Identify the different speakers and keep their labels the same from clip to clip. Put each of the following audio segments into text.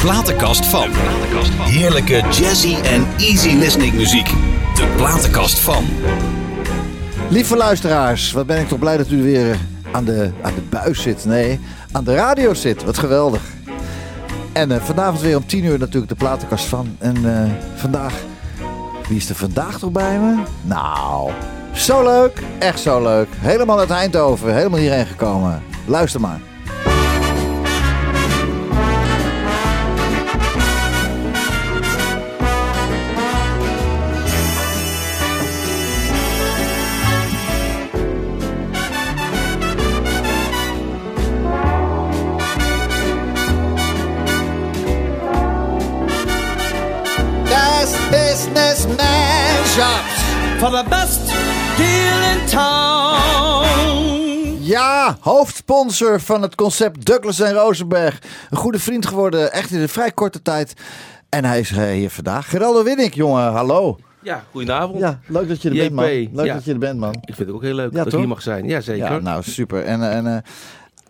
Speaker 1: platenkast van. Heerlijke jazzy en easy listening muziek. De platenkast van.
Speaker 2: Lieve luisteraars, wat ben ik toch blij dat u weer eh, aan de, aan de buis zit. Nee, aan de radio zit. Wat geweldig. En eh, vanavond weer om 10 uur natuurlijk de platenkast van. En eh, vandaag, wie is er vandaag toch bij me? Nou, zo leuk. Echt zo leuk. Helemaal uit Eindhoven. Helemaal hierheen gekomen. Luister maar. Best business mashups.
Speaker 3: For the best deal in town.
Speaker 2: Ja, hoofdsponsor van het concept Douglas en Rosenberg. Een goede vriend geworden, echt in een vrij korte tijd. En hij is eh, hier vandaag. Geraldo Winnik, jongen, hallo.
Speaker 4: Ja, goedenavond.
Speaker 2: Ja, leuk dat je er
Speaker 4: JP,
Speaker 2: bent, man. Leuk
Speaker 4: ja.
Speaker 2: dat je er bent, man.
Speaker 4: Ik vind het ook heel leuk
Speaker 2: Ja,
Speaker 4: dat
Speaker 2: toch?
Speaker 4: ik hier mag zijn. Ja, zeker.
Speaker 2: Ja, nou, super. En, eh, en eh,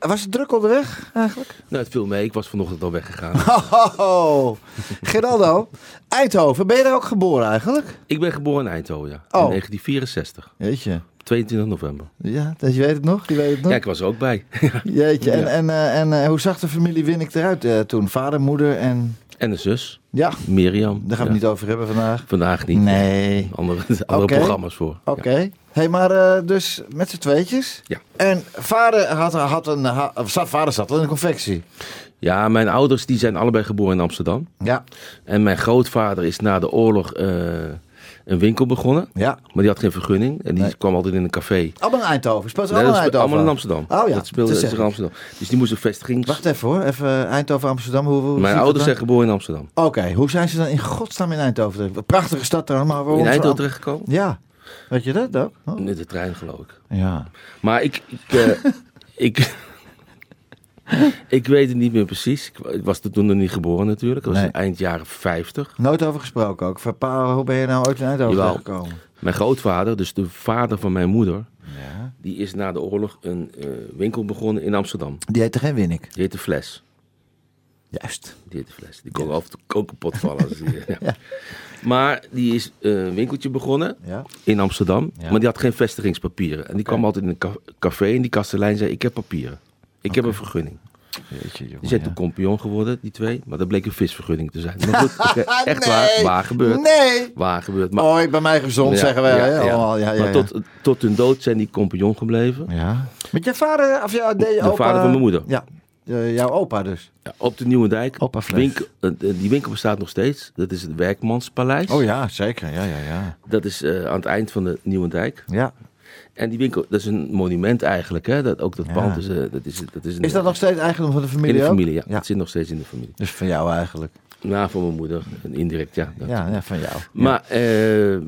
Speaker 2: was het druk onderweg eigenlijk?
Speaker 4: Nou, het viel mee. Ik was vanochtend al weggegaan.
Speaker 2: Ho, ho, ho. Geraldo, Eindhoven, ben je daar ook geboren eigenlijk?
Speaker 4: ik ben geboren in Eindhoven, ja.
Speaker 2: Oh.
Speaker 4: In 1964.
Speaker 2: Jeetje.
Speaker 4: 22 november.
Speaker 2: Ja, dat je weet het nog? Je weet het nog?
Speaker 4: Ja, ik was er ook bij.
Speaker 2: Jeetje. En,
Speaker 4: Ja.
Speaker 2: en, eh, en eh, hoe zag de familie Winnik eruit eh, toen? Vader, moeder en...
Speaker 4: en een zus,
Speaker 2: Ja,
Speaker 4: Mirjam.
Speaker 2: daar gaan we
Speaker 4: Ja.
Speaker 2: het niet over hebben vandaag.
Speaker 4: Vandaag niet.
Speaker 2: Nee.
Speaker 4: Andere, andere
Speaker 2: Oké. Oh.
Speaker 4: programma's voor.
Speaker 2: Oké. Hey, maar eh, dus met z'n tweetjes.
Speaker 4: Ja.
Speaker 2: En vader, had, had een, ha- of zat, vader zat al in een confectie.
Speaker 4: Ja. Ja, mijn ouders die zijn allebei geboren in Amsterdam.
Speaker 2: Ja.
Speaker 4: En mijn grootvader is na de oorlog eh, een winkel begonnen.
Speaker 2: Ja.
Speaker 4: Maar die had geen vergunning. En die
Speaker 2: Nee.
Speaker 4: kwam altijd in een café.
Speaker 2: Allemaal in Eindhoven. Speelt ze
Speaker 4: Nee, dat
Speaker 2: allemaal in
Speaker 4: is
Speaker 2: Eindhoven?
Speaker 4: allemaal in Amsterdam.
Speaker 2: Oh ja.
Speaker 4: Dat speelde
Speaker 2: te
Speaker 4: zich
Speaker 2: zeggen.
Speaker 4: in Amsterdam. Dus die moest een vestigings...
Speaker 2: Wacht even hoor. Even eh, Eindhoven, Amsterdam. Hoe, hoe ziet
Speaker 4: Mijn
Speaker 2: dat
Speaker 4: ouders
Speaker 2: dan?
Speaker 4: zijn geboren in Amsterdam.
Speaker 2: Oké, hoe zijn ze dan in godsnaam in Eindhoven? terecht? Een Prachtige stad daar, maar waarom?
Speaker 4: in
Speaker 2: zo-
Speaker 4: Eindhoven terechtgekomen?
Speaker 2: Ja. Weet je dat ook? Oh.
Speaker 4: Met de trein geloof ik.
Speaker 2: Ja.
Speaker 4: Maar ik... Ik, eh, ik, ik weet het niet meer precies. Ik wa- Ik was toen nog niet geboren natuurlijk. Dat was
Speaker 2: Nee.
Speaker 4: eind jaren 50.
Speaker 2: Nooit over gesproken ook. Van pa, hoe ben je nou ooit in Eindhoven
Speaker 4: Jawel.
Speaker 2: gekomen?
Speaker 4: Mijn grootvader, dus de vader van mijn moeder...
Speaker 2: Ja.
Speaker 4: die is na de oorlog een eh, winkel begonnen in Amsterdam.
Speaker 2: Die heette geen Winnik.
Speaker 4: Die heette Fles.
Speaker 2: Juist.
Speaker 4: Die heette Fles. Die kon af en toe ook kapot vallen. Als die, ja. Maar die is eh, een winkeltje begonnen.
Speaker 2: Ja.
Speaker 4: in Amsterdam.
Speaker 2: Ja.
Speaker 4: Maar die had geen vestigingspapieren. En die kwam altijd in een ca- café en die kastelein zei: Ik heb papieren. Ik heb een vergunning.
Speaker 2: Jeetje, jongen,
Speaker 4: Die zijn
Speaker 2: ja.
Speaker 4: toen compagnon geworden, die twee. Maar dat bleek een visvergunning te zijn. Maar goed, oké, echt waar,
Speaker 2: Ah, Nee.
Speaker 4: waar gebeurd.
Speaker 2: Nee.
Speaker 4: Waar gebeurd. Maar,
Speaker 2: Ooit bij mij gezond,
Speaker 4: Ja,
Speaker 2: zeggen wij.
Speaker 4: ja,
Speaker 2: hè,
Speaker 4: ja.
Speaker 2: allemaal. Ja, ja,
Speaker 4: maar
Speaker 2: ja.
Speaker 4: Tot, tot hun dood zijn die compagnon gebleven.
Speaker 2: Ja. Met je vader, of jouw de,
Speaker 4: De
Speaker 2: opa...
Speaker 4: vader van mijn moeder.
Speaker 2: Ja, Eh, jouw opa dus.
Speaker 4: Ja, op de Nieuwe Dijk.
Speaker 2: Opa Fles.
Speaker 4: Winkel, eh, die winkel bestaat nog steeds. Dat is het Werkmanspaleis.
Speaker 2: Oh ja, zeker. Ja, ja, ja.
Speaker 4: Dat is eh, aan het eind van de Nieuwe Dijk.
Speaker 2: ja.
Speaker 4: En die winkel, dat is een monument eigenlijk. Hè? Dat, ook dat
Speaker 2: Ja.
Speaker 4: pand is, eh, dat is, dat is, een,
Speaker 2: Is dat nog steeds eigendom van de familie
Speaker 4: in de
Speaker 2: ook?
Speaker 4: familie. Ja.
Speaker 2: Ja.
Speaker 4: Het zit nog steeds in de familie.
Speaker 2: Dus van jou eigenlijk.
Speaker 4: Nou, van mijn moeder. Indirect, ja. Dat.
Speaker 2: Ja, ja van jou.
Speaker 4: Maar eh,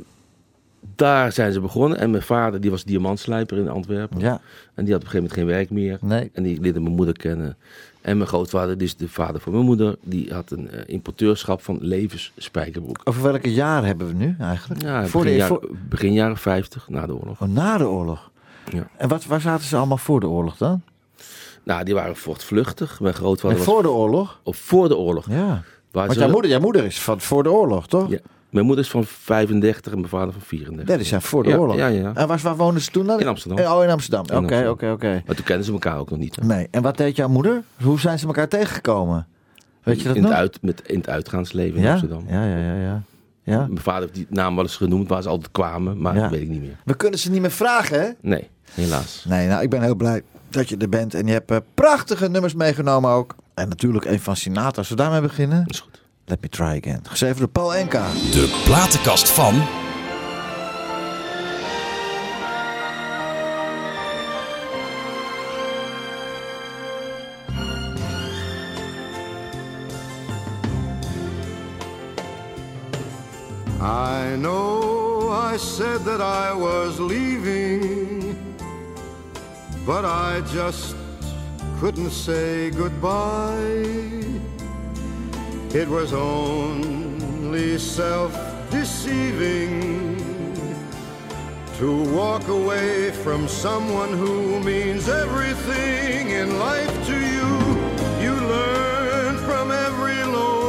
Speaker 4: daar zijn ze begonnen. En mijn vader die was diamantslijper in Antwerpen.
Speaker 2: Ja,
Speaker 4: En die had op een gegeven moment geen werk meer.
Speaker 2: nee.
Speaker 4: En die leerde mijn moeder kennen. En mijn grootvader, dus de vader van mijn moeder, die had een eh, importeurschap van levensspijkerbroek.
Speaker 2: Over welke jaar hebben we nu eigenlijk?
Speaker 4: Ja,
Speaker 2: voor
Speaker 4: begin,
Speaker 2: de,
Speaker 4: jaren,
Speaker 2: voor-
Speaker 4: begin jaren 50, na de oorlog.
Speaker 2: Oh, na de oorlog.
Speaker 4: Ja.
Speaker 2: En wat, waar zaten ze allemaal voor de oorlog dan?
Speaker 4: Nou, die waren voortvluchtig. Mijn grootvader
Speaker 2: En
Speaker 4: was Ah,
Speaker 2: voor de oorlog?
Speaker 4: of voor de oorlog.
Speaker 2: Ja.
Speaker 4: Waar
Speaker 2: Want
Speaker 4: ze-
Speaker 2: jouw moeder, jouw moeder is van voor de oorlog, toch?
Speaker 4: Ja. Mijn moeder is van 35 en mijn vader van 34.
Speaker 2: Dat is ja voor de
Speaker 4: Ja,
Speaker 2: oorlog.
Speaker 4: ja, ja.
Speaker 2: En waar, waar woonden ze toen dan?
Speaker 4: In Amsterdam.
Speaker 2: Eh, Oh, in Amsterdam. Oké, oké,
Speaker 4: Amsterdam.
Speaker 2: oké.
Speaker 4: Maar toen kenden ze elkaar ook nog niet. hè?
Speaker 2: Nee. En wat deed jouw moeder? Hoe zijn ze elkaar tegengekomen? Weet je dat
Speaker 4: in
Speaker 2: nog?
Speaker 4: Het uit, met, in het uitgaansleven in
Speaker 2: ja?
Speaker 4: Amsterdam.
Speaker 2: Ja, ja, ja, ja. ja.
Speaker 4: Mijn vader heeft die naam wel eens genoemd waar ze altijd kwamen, maar
Speaker 2: Ja.
Speaker 4: dat weet ik niet meer.
Speaker 2: We kunnen ze niet meer vragen, hè?
Speaker 4: Nee, helaas.
Speaker 2: Nee, nou, ik ben heel blij dat je er bent. En je hebt eh, prachtige nummers meegenomen ook. En natuurlijk een van Sinatra. Als we daarmee beginnen.
Speaker 4: Dat is goed.
Speaker 2: Let me try again. Geschreven door Paul Enka.
Speaker 1: De platenkast van.
Speaker 5: I know I said that I was leaving, but I just couldn't say goodbye. It was only self deceiving to walk away from someone who means everything in life to you. You learn from every low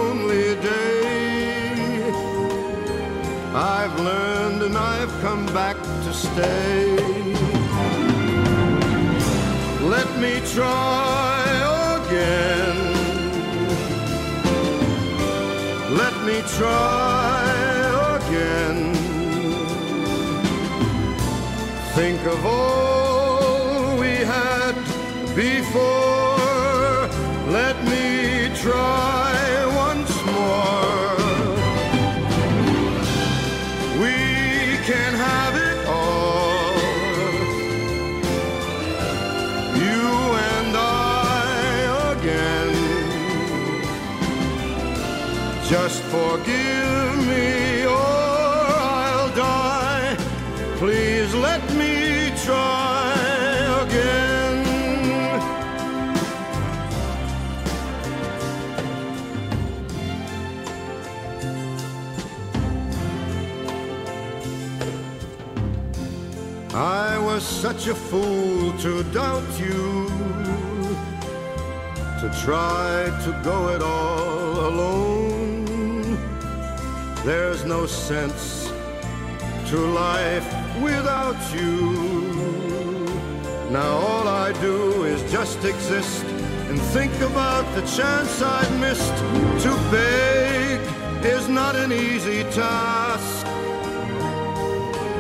Speaker 5: and I've come back to stay. Let me try again. Let me try again. Think of all we had before. Let me try once more. We can have it all. You and I again. Just forgive me or I'll die. Please let me try again. I was such a fool to doubt you, to try to go it all alone. There's no sense to life without you. Now all I do is just exist and think about the chance I've missed. To beg is not an easy task.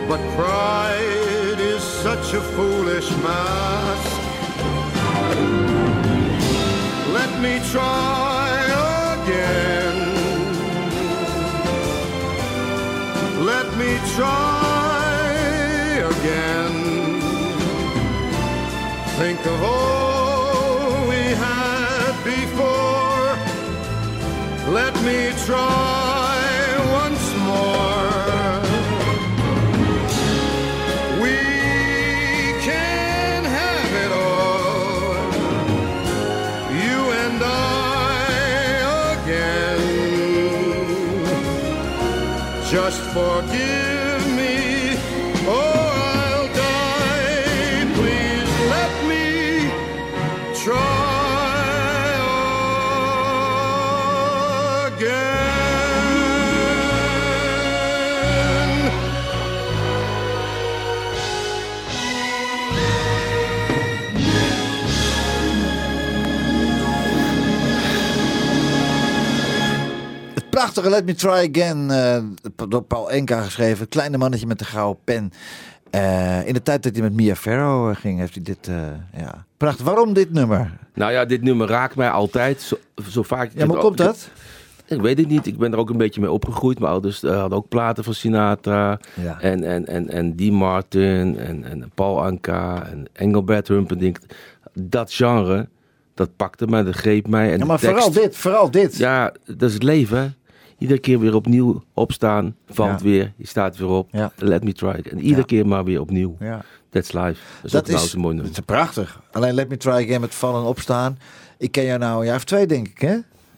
Speaker 5: But pride is such a foolish mask. Let me try again. Let me try again. Think of all we had before. Let me try once more. We can have it all. You and I again. Just forgive me or I'll die. Please let me try again.
Speaker 2: Het prachtige Let Me Try Again, eh, door Paul Enka geschreven. Kleine mannetje met de gouden pen. Eh, in de tijd dat hij met Mia Farrow eh, ging, heeft hij dit... eh, ja. Prachtig. Waarom dit nummer?
Speaker 4: Nou ja, dit nummer raakt mij altijd. Zo, zo vaak. ik
Speaker 2: Ja, maar
Speaker 4: het-
Speaker 2: komt dat?
Speaker 4: Ik weet het niet. Ik ben er ook een beetje mee opgegroeid. Mijn ouders eh, hadden ook platen van Sinatra.
Speaker 2: Ja.
Speaker 4: En, en, en, en Dean Martin. En, en Paul Anka. En Engelbert Humperdinck. Dat genre, dat pakte mij, dat greep mij. En
Speaker 2: Ja,
Speaker 4: de
Speaker 2: maar
Speaker 4: tekst.
Speaker 2: vooral dit, vooral dit.
Speaker 4: Ja, dat is het leven. hè. Iedere keer weer opnieuw opstaan. Valt
Speaker 2: Ja.
Speaker 4: weer. Je staat weer op.
Speaker 2: Ja.
Speaker 4: Let me try it. En iedere
Speaker 2: Ja.
Speaker 4: keer maar weer opnieuw.
Speaker 2: Ja.
Speaker 4: That's life. Dat is
Speaker 2: Dat
Speaker 4: ook nou
Speaker 2: is,
Speaker 4: trouwens een mooi nummer.
Speaker 2: het is prachtig. Alleen Let Me Try Again met vallen en opstaan. Ik ken jou nou een jaar of twee, denk ik, hè?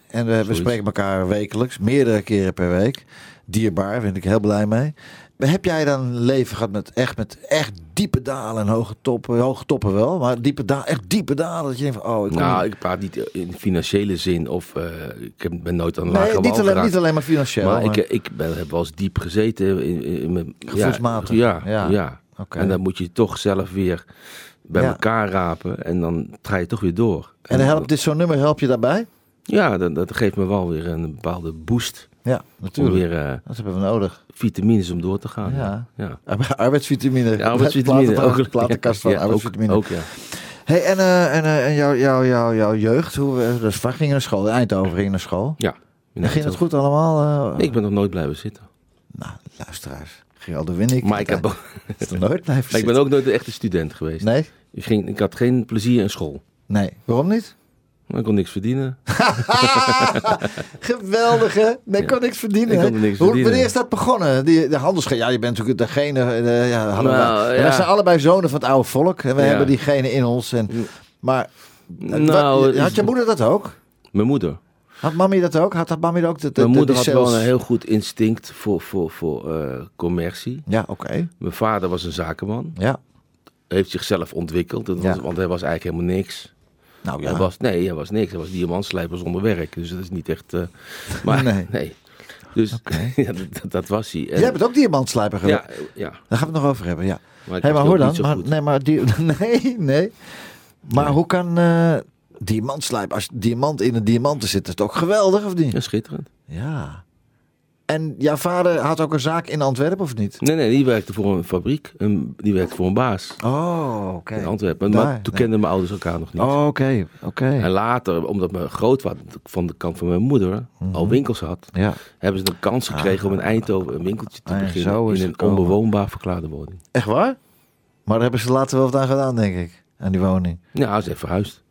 Speaker 2: En we, we spreken elkaar wekelijks, meerdere keren per week. Dierbaar, vind ik heel blij mee. Maar Heb jij dan een leven gehad met echt, met echt diepe dalen en hoge toppen? Hoge toppen wel, maar diepe dalen, echt diepe dalen. Dat je denkt van, oh, ik kom
Speaker 4: Nou,
Speaker 2: niet-
Speaker 4: ik praat niet in financiële zin of eh, ik heb- ben nooit aan de lage
Speaker 2: nee,
Speaker 4: wal
Speaker 2: niet alleen,
Speaker 4: geraakt.
Speaker 2: niet alleen maar financieel.
Speaker 4: maar
Speaker 2: maar-
Speaker 4: ik, eh, ik ben, heb wel eens diep gezeten. In, in, in mijn, ja,
Speaker 2: Gevoelsmatig.
Speaker 4: Ja,
Speaker 2: Ja.
Speaker 4: ja.
Speaker 2: Oké.
Speaker 4: En dan moet je toch zelf weer bij
Speaker 2: Ja.
Speaker 4: elkaar rapen en dan ga je toch weer door.
Speaker 2: en dan helpt dit zo'n nummer help je daarbij?
Speaker 4: Ja, dat, dat geeft me wel weer een bepaalde boost.
Speaker 2: Ja,
Speaker 4: Om
Speaker 2: natuurlijk.
Speaker 4: weer eh,
Speaker 2: Dat hebben we nodig.
Speaker 4: vitamines om door te gaan.
Speaker 2: Ja.
Speaker 4: ja.
Speaker 2: Arbeidsvitamine.
Speaker 4: Ja, arbeidsvitamine.
Speaker 2: Platen-
Speaker 4: Ook-
Speaker 2: Platenkast van
Speaker 4: ja, ook-
Speaker 2: arbeidsvitamine.
Speaker 4: Ook, ja.
Speaker 2: Hey, en, eh, en, eh, en jouw jou, jou, jou jeugd, hoe, eh, dus waar ging je naar school? In Eindhoven ging je naar school.
Speaker 4: ja.
Speaker 2: En ging het goed allemaal? eh?
Speaker 4: Ik ben nog nooit blijven zitten.
Speaker 2: Nou, luisteraars. Geraldo Winnik.
Speaker 4: Maar ik, heb, ook-
Speaker 2: Is er nooit blijven
Speaker 4: maar ik ben
Speaker 2: zitten.
Speaker 4: ook nooit een echte student geweest.
Speaker 2: Nee?
Speaker 4: Ik, ging, ik had geen plezier in school.
Speaker 2: Nee. Waarom niet?
Speaker 4: Ik kon niks verdienen.
Speaker 2: Geweldig, hè? Nee, ik
Speaker 4: Ja.
Speaker 2: kon niks verdienen.
Speaker 4: Ik kon
Speaker 2: hè?
Speaker 4: niks
Speaker 2: Hoe-
Speaker 4: verdienen.
Speaker 2: Wanneer is dat begonnen? Die, de handelsschool. Ja, je bent natuurlijk degene... eh, ja, hadden
Speaker 4: Nou,
Speaker 2: wij,
Speaker 4: ja.
Speaker 2: wij zijn allebei zonen van het oude volk. En we
Speaker 4: Ja.
Speaker 2: hebben diegene in ons. En, maar eh,
Speaker 4: Nou,
Speaker 2: wat-
Speaker 4: het is-
Speaker 2: had je moeder dat ook?
Speaker 4: Mijn moeder.
Speaker 2: Had mami dat ook? Had dat mami dat ook? De, de-
Speaker 4: Mijn
Speaker 2: de-
Speaker 4: moeder
Speaker 2: die
Speaker 4: had wel
Speaker 2: sales-
Speaker 4: een heel goed instinct voor, voor, voor eh, commercie.
Speaker 2: Ja, oké.
Speaker 4: Mijn vader was een zakenman.
Speaker 2: Ja.
Speaker 4: Heeft zichzelf ontwikkeld. Dat was-
Speaker 2: Ja.
Speaker 4: Want hij was eigenlijk helemaal niks.
Speaker 2: Nou ja.
Speaker 4: Hij was, nee, hij was niks. Hij was diamantslijper zonder werk. Dus dat is niet echt... eh, maar
Speaker 2: Nee.
Speaker 4: nee. Dus ja, dat, dat was hij. En-
Speaker 2: Jij bent ook diamantslijper geweest.
Speaker 4: ja, ja,
Speaker 2: Daar gaan we het nog over hebben, ja.
Speaker 4: Maar ik
Speaker 2: hey,
Speaker 4: was
Speaker 2: maar
Speaker 4: ook
Speaker 2: hoor
Speaker 4: niet
Speaker 2: dan.
Speaker 4: zo
Speaker 2: Maar,
Speaker 4: goed.
Speaker 2: nee, maar die, nee, nee. Maar hoe kan eh diamantslijper, als diamant in een diamanten zit, is het ook geweldig, of niet?
Speaker 4: ja, schitterend.
Speaker 2: Ja. En jouw vader had ook een zaak in Antwerpen, of niet?
Speaker 4: Nee, nee, die werkte voor een fabriek. Een, die werkte voor een baas
Speaker 2: Oh, oké.
Speaker 4: in Antwerpen.
Speaker 2: Daar,
Speaker 4: maar toen
Speaker 2: nee.
Speaker 4: kenden mijn ouders elkaar nog niet.
Speaker 2: Oh, oké,
Speaker 4: En
Speaker 2: oké.
Speaker 4: later, omdat mijn grootvader van de kant van mijn moeder
Speaker 2: Mhm.
Speaker 4: al winkels had,
Speaker 2: Ja.
Speaker 4: hebben ze een kans gekregen om in Eindhoven een winkeltje te
Speaker 2: Ah, ja,
Speaker 4: beginnen
Speaker 2: zo is
Speaker 4: in
Speaker 2: het
Speaker 4: een
Speaker 2: gekomen.
Speaker 4: onbewoonbaar verklaarde woning.
Speaker 2: Echt waar? Maar daar hebben ze later wel wat aan gedaan, denk ik. Aan die woning.
Speaker 4: Ja, ze heeft verhuisd.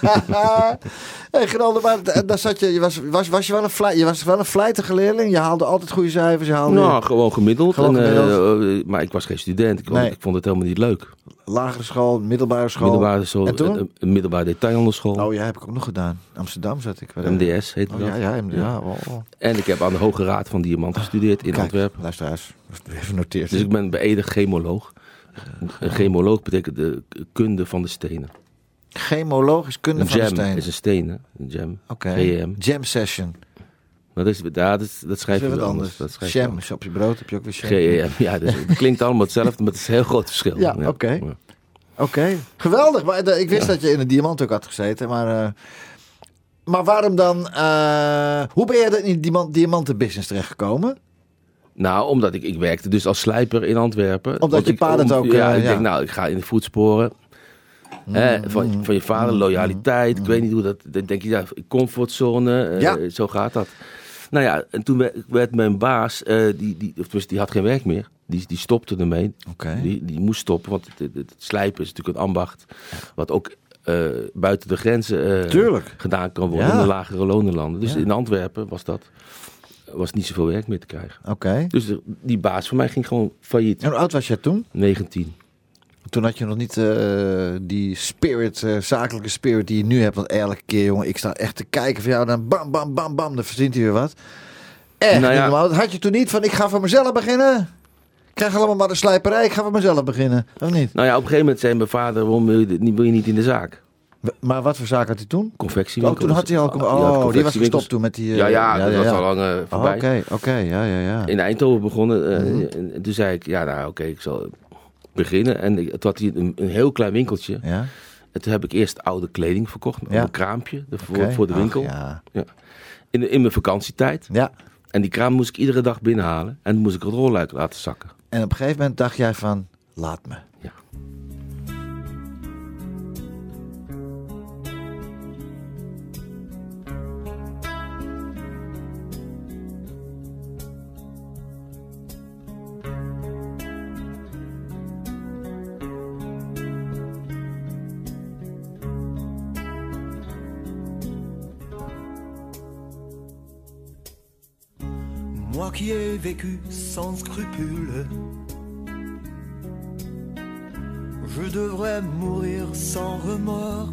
Speaker 2: hey, Geraldo, maar d- daar zat je, je was, was, was je wel een vlij, je was wel een vlijtige leerling. Je haalde altijd goede cijfers. Je haalde
Speaker 4: Nou, gewoon gemiddeld.
Speaker 2: Oh, Gewoon
Speaker 4: En, eh,
Speaker 2: gemiddeld.
Speaker 4: eh, maar ik was geen student. Ik,
Speaker 2: Nee.
Speaker 4: ik vond het helemaal niet leuk.
Speaker 2: lagere school, middelbare school.
Speaker 4: Middelbare school, Eh,
Speaker 2: En toen?
Speaker 4: een, een middelbare detailhandelschool.
Speaker 2: Oh ja, heb ik ook nog gedaan. Amsterdam zat ik. wel.
Speaker 4: MDS heet
Speaker 2: Oh,
Speaker 4: dat.
Speaker 2: ja, ja, MD, ja. oh, oh.
Speaker 4: En ik heb aan de Hoge Raad van Diamant gestudeerd in
Speaker 2: Kijk,
Speaker 4: Antwerpen.
Speaker 2: luisteraars, even noteerd.
Speaker 4: Dus ik ben beëdigd chemoloog. Een chemoloog betekent de kunde van de stenen.
Speaker 2: Chemoloog is kunde
Speaker 4: Een
Speaker 2: van de
Speaker 4: jam
Speaker 2: steen.
Speaker 4: is een steen, hè? Een jam.
Speaker 2: Oké.
Speaker 4: JM.
Speaker 2: Jam session.
Speaker 4: Maar dat, is, ja, dat, is- dat
Speaker 2: Dat
Speaker 4: schrijf
Speaker 2: is
Speaker 4: je
Speaker 2: weer wat
Speaker 4: wel
Speaker 2: anders.
Speaker 4: anders. Dat schrijf je
Speaker 2: Jam
Speaker 4: anders.
Speaker 2: is op je brood, heb je ook weer jam.
Speaker 4: GEM. Ja, dus het klinkt allemaal hetzelfde, maar het is een heel groot verschil.
Speaker 2: Ja, oké. Oké, geweldig. Maar de- ik wist dat je in de diamant ook had gezeten. Maar, eh, maar waarom dan... eh, hoe ben jij dan in die diamantenbusiness terechtgekomen?
Speaker 4: Nou, omdat ik, ik werkte dus als slijper in Antwerpen.
Speaker 2: Omdat
Speaker 4: Want
Speaker 2: je
Speaker 4: ik-
Speaker 2: pa dat
Speaker 4: om-
Speaker 2: ook,
Speaker 4: Ja,
Speaker 2: eh,
Speaker 4: ik
Speaker 2: ja. Mm.
Speaker 4: denk, nou, ik ga in de voetsporen. Hè, van, van je vader, loyaliteit. Ik weet niet hoe dat... Dan denk je, ja, comfortzone. eh,
Speaker 2: Ja.
Speaker 4: Zo gaat dat. Nou ja, en toen werd- werd mijn baas... eh, die, die, of tenminste, die had geen werk meer. Die, die stopte ermee.
Speaker 2: Oké.
Speaker 4: Die, die moest stoppen, want het, het- het slijpen is natuurlijk een ambacht. Wat ook eh, buiten de grenzen eh,
Speaker 2: Tuurlijk.
Speaker 4: gedaan kan worden.
Speaker 2: Ja.
Speaker 4: In de lagere lonenlanden. Dus
Speaker 2: Ja.
Speaker 4: in Antwerpen was dat... Was niet zoveel werk meer te krijgen.
Speaker 2: Oké.
Speaker 4: Dus de- die baas van mij ging gewoon failliet.
Speaker 2: En hoe oud was jij toen?
Speaker 4: 19.
Speaker 2: Toen had je nog niet eh, die spirit, eh, zakelijke spirit die je nu hebt. Want elke keer, jongen, ik sta echt te kijken van jou. Dan bam, bam, bam, bam, dan verzint hij weer wat. Echt
Speaker 4: Nou
Speaker 2: niet
Speaker 4: ja.
Speaker 2: normaal. Dat Had je toen niet van, ik ga voor mezelf beginnen? Ik krijg allemaal maar de slijperij, ik ga voor mezelf beginnen. Of niet?
Speaker 4: Nou ja, op een gegeven moment zei mijn vader: waarom wil je, dit niet- wil je niet in de zaak?
Speaker 2: Maar wat voor zaak had hij toen? Oh,
Speaker 4: Confectiewinkel.
Speaker 2: toen had hij al...
Speaker 4: Ja,
Speaker 2: Oh, die was
Speaker 4: confectiewinkels.
Speaker 2: gestopt toen met die... eh,
Speaker 4: Ja, ja, dat was
Speaker 2: ja.
Speaker 4: al lang eh,
Speaker 2: Oh,
Speaker 4: voorbij.
Speaker 2: Oké, Mhm. oké, ja, ja, ja.
Speaker 4: In Eindhoven begonnen. eh, en, en toen zei ik: ja, nou oké, ik zal beginnen. En ik, toen had hij een, een heel klein winkeltje.
Speaker 2: Ja,
Speaker 4: En toen heb ik eerst oude kleding verkocht. op
Speaker 2: Ja.
Speaker 4: Een kraampje ervoor,
Speaker 2: oké.
Speaker 4: voor de
Speaker 2: Ach,
Speaker 4: winkel.
Speaker 2: ja.
Speaker 4: Ja. In, in mijn vakantietijd.
Speaker 2: ja,
Speaker 4: En die kraam moest ik iedere dag binnenhalen. En moest ik het rolluik laten zakken.
Speaker 2: en op een gegeven moment dacht jij van, laat me.
Speaker 4: Ja.
Speaker 3: Moi qui ai vécu sans scrupule, je devrais mourir sans remords.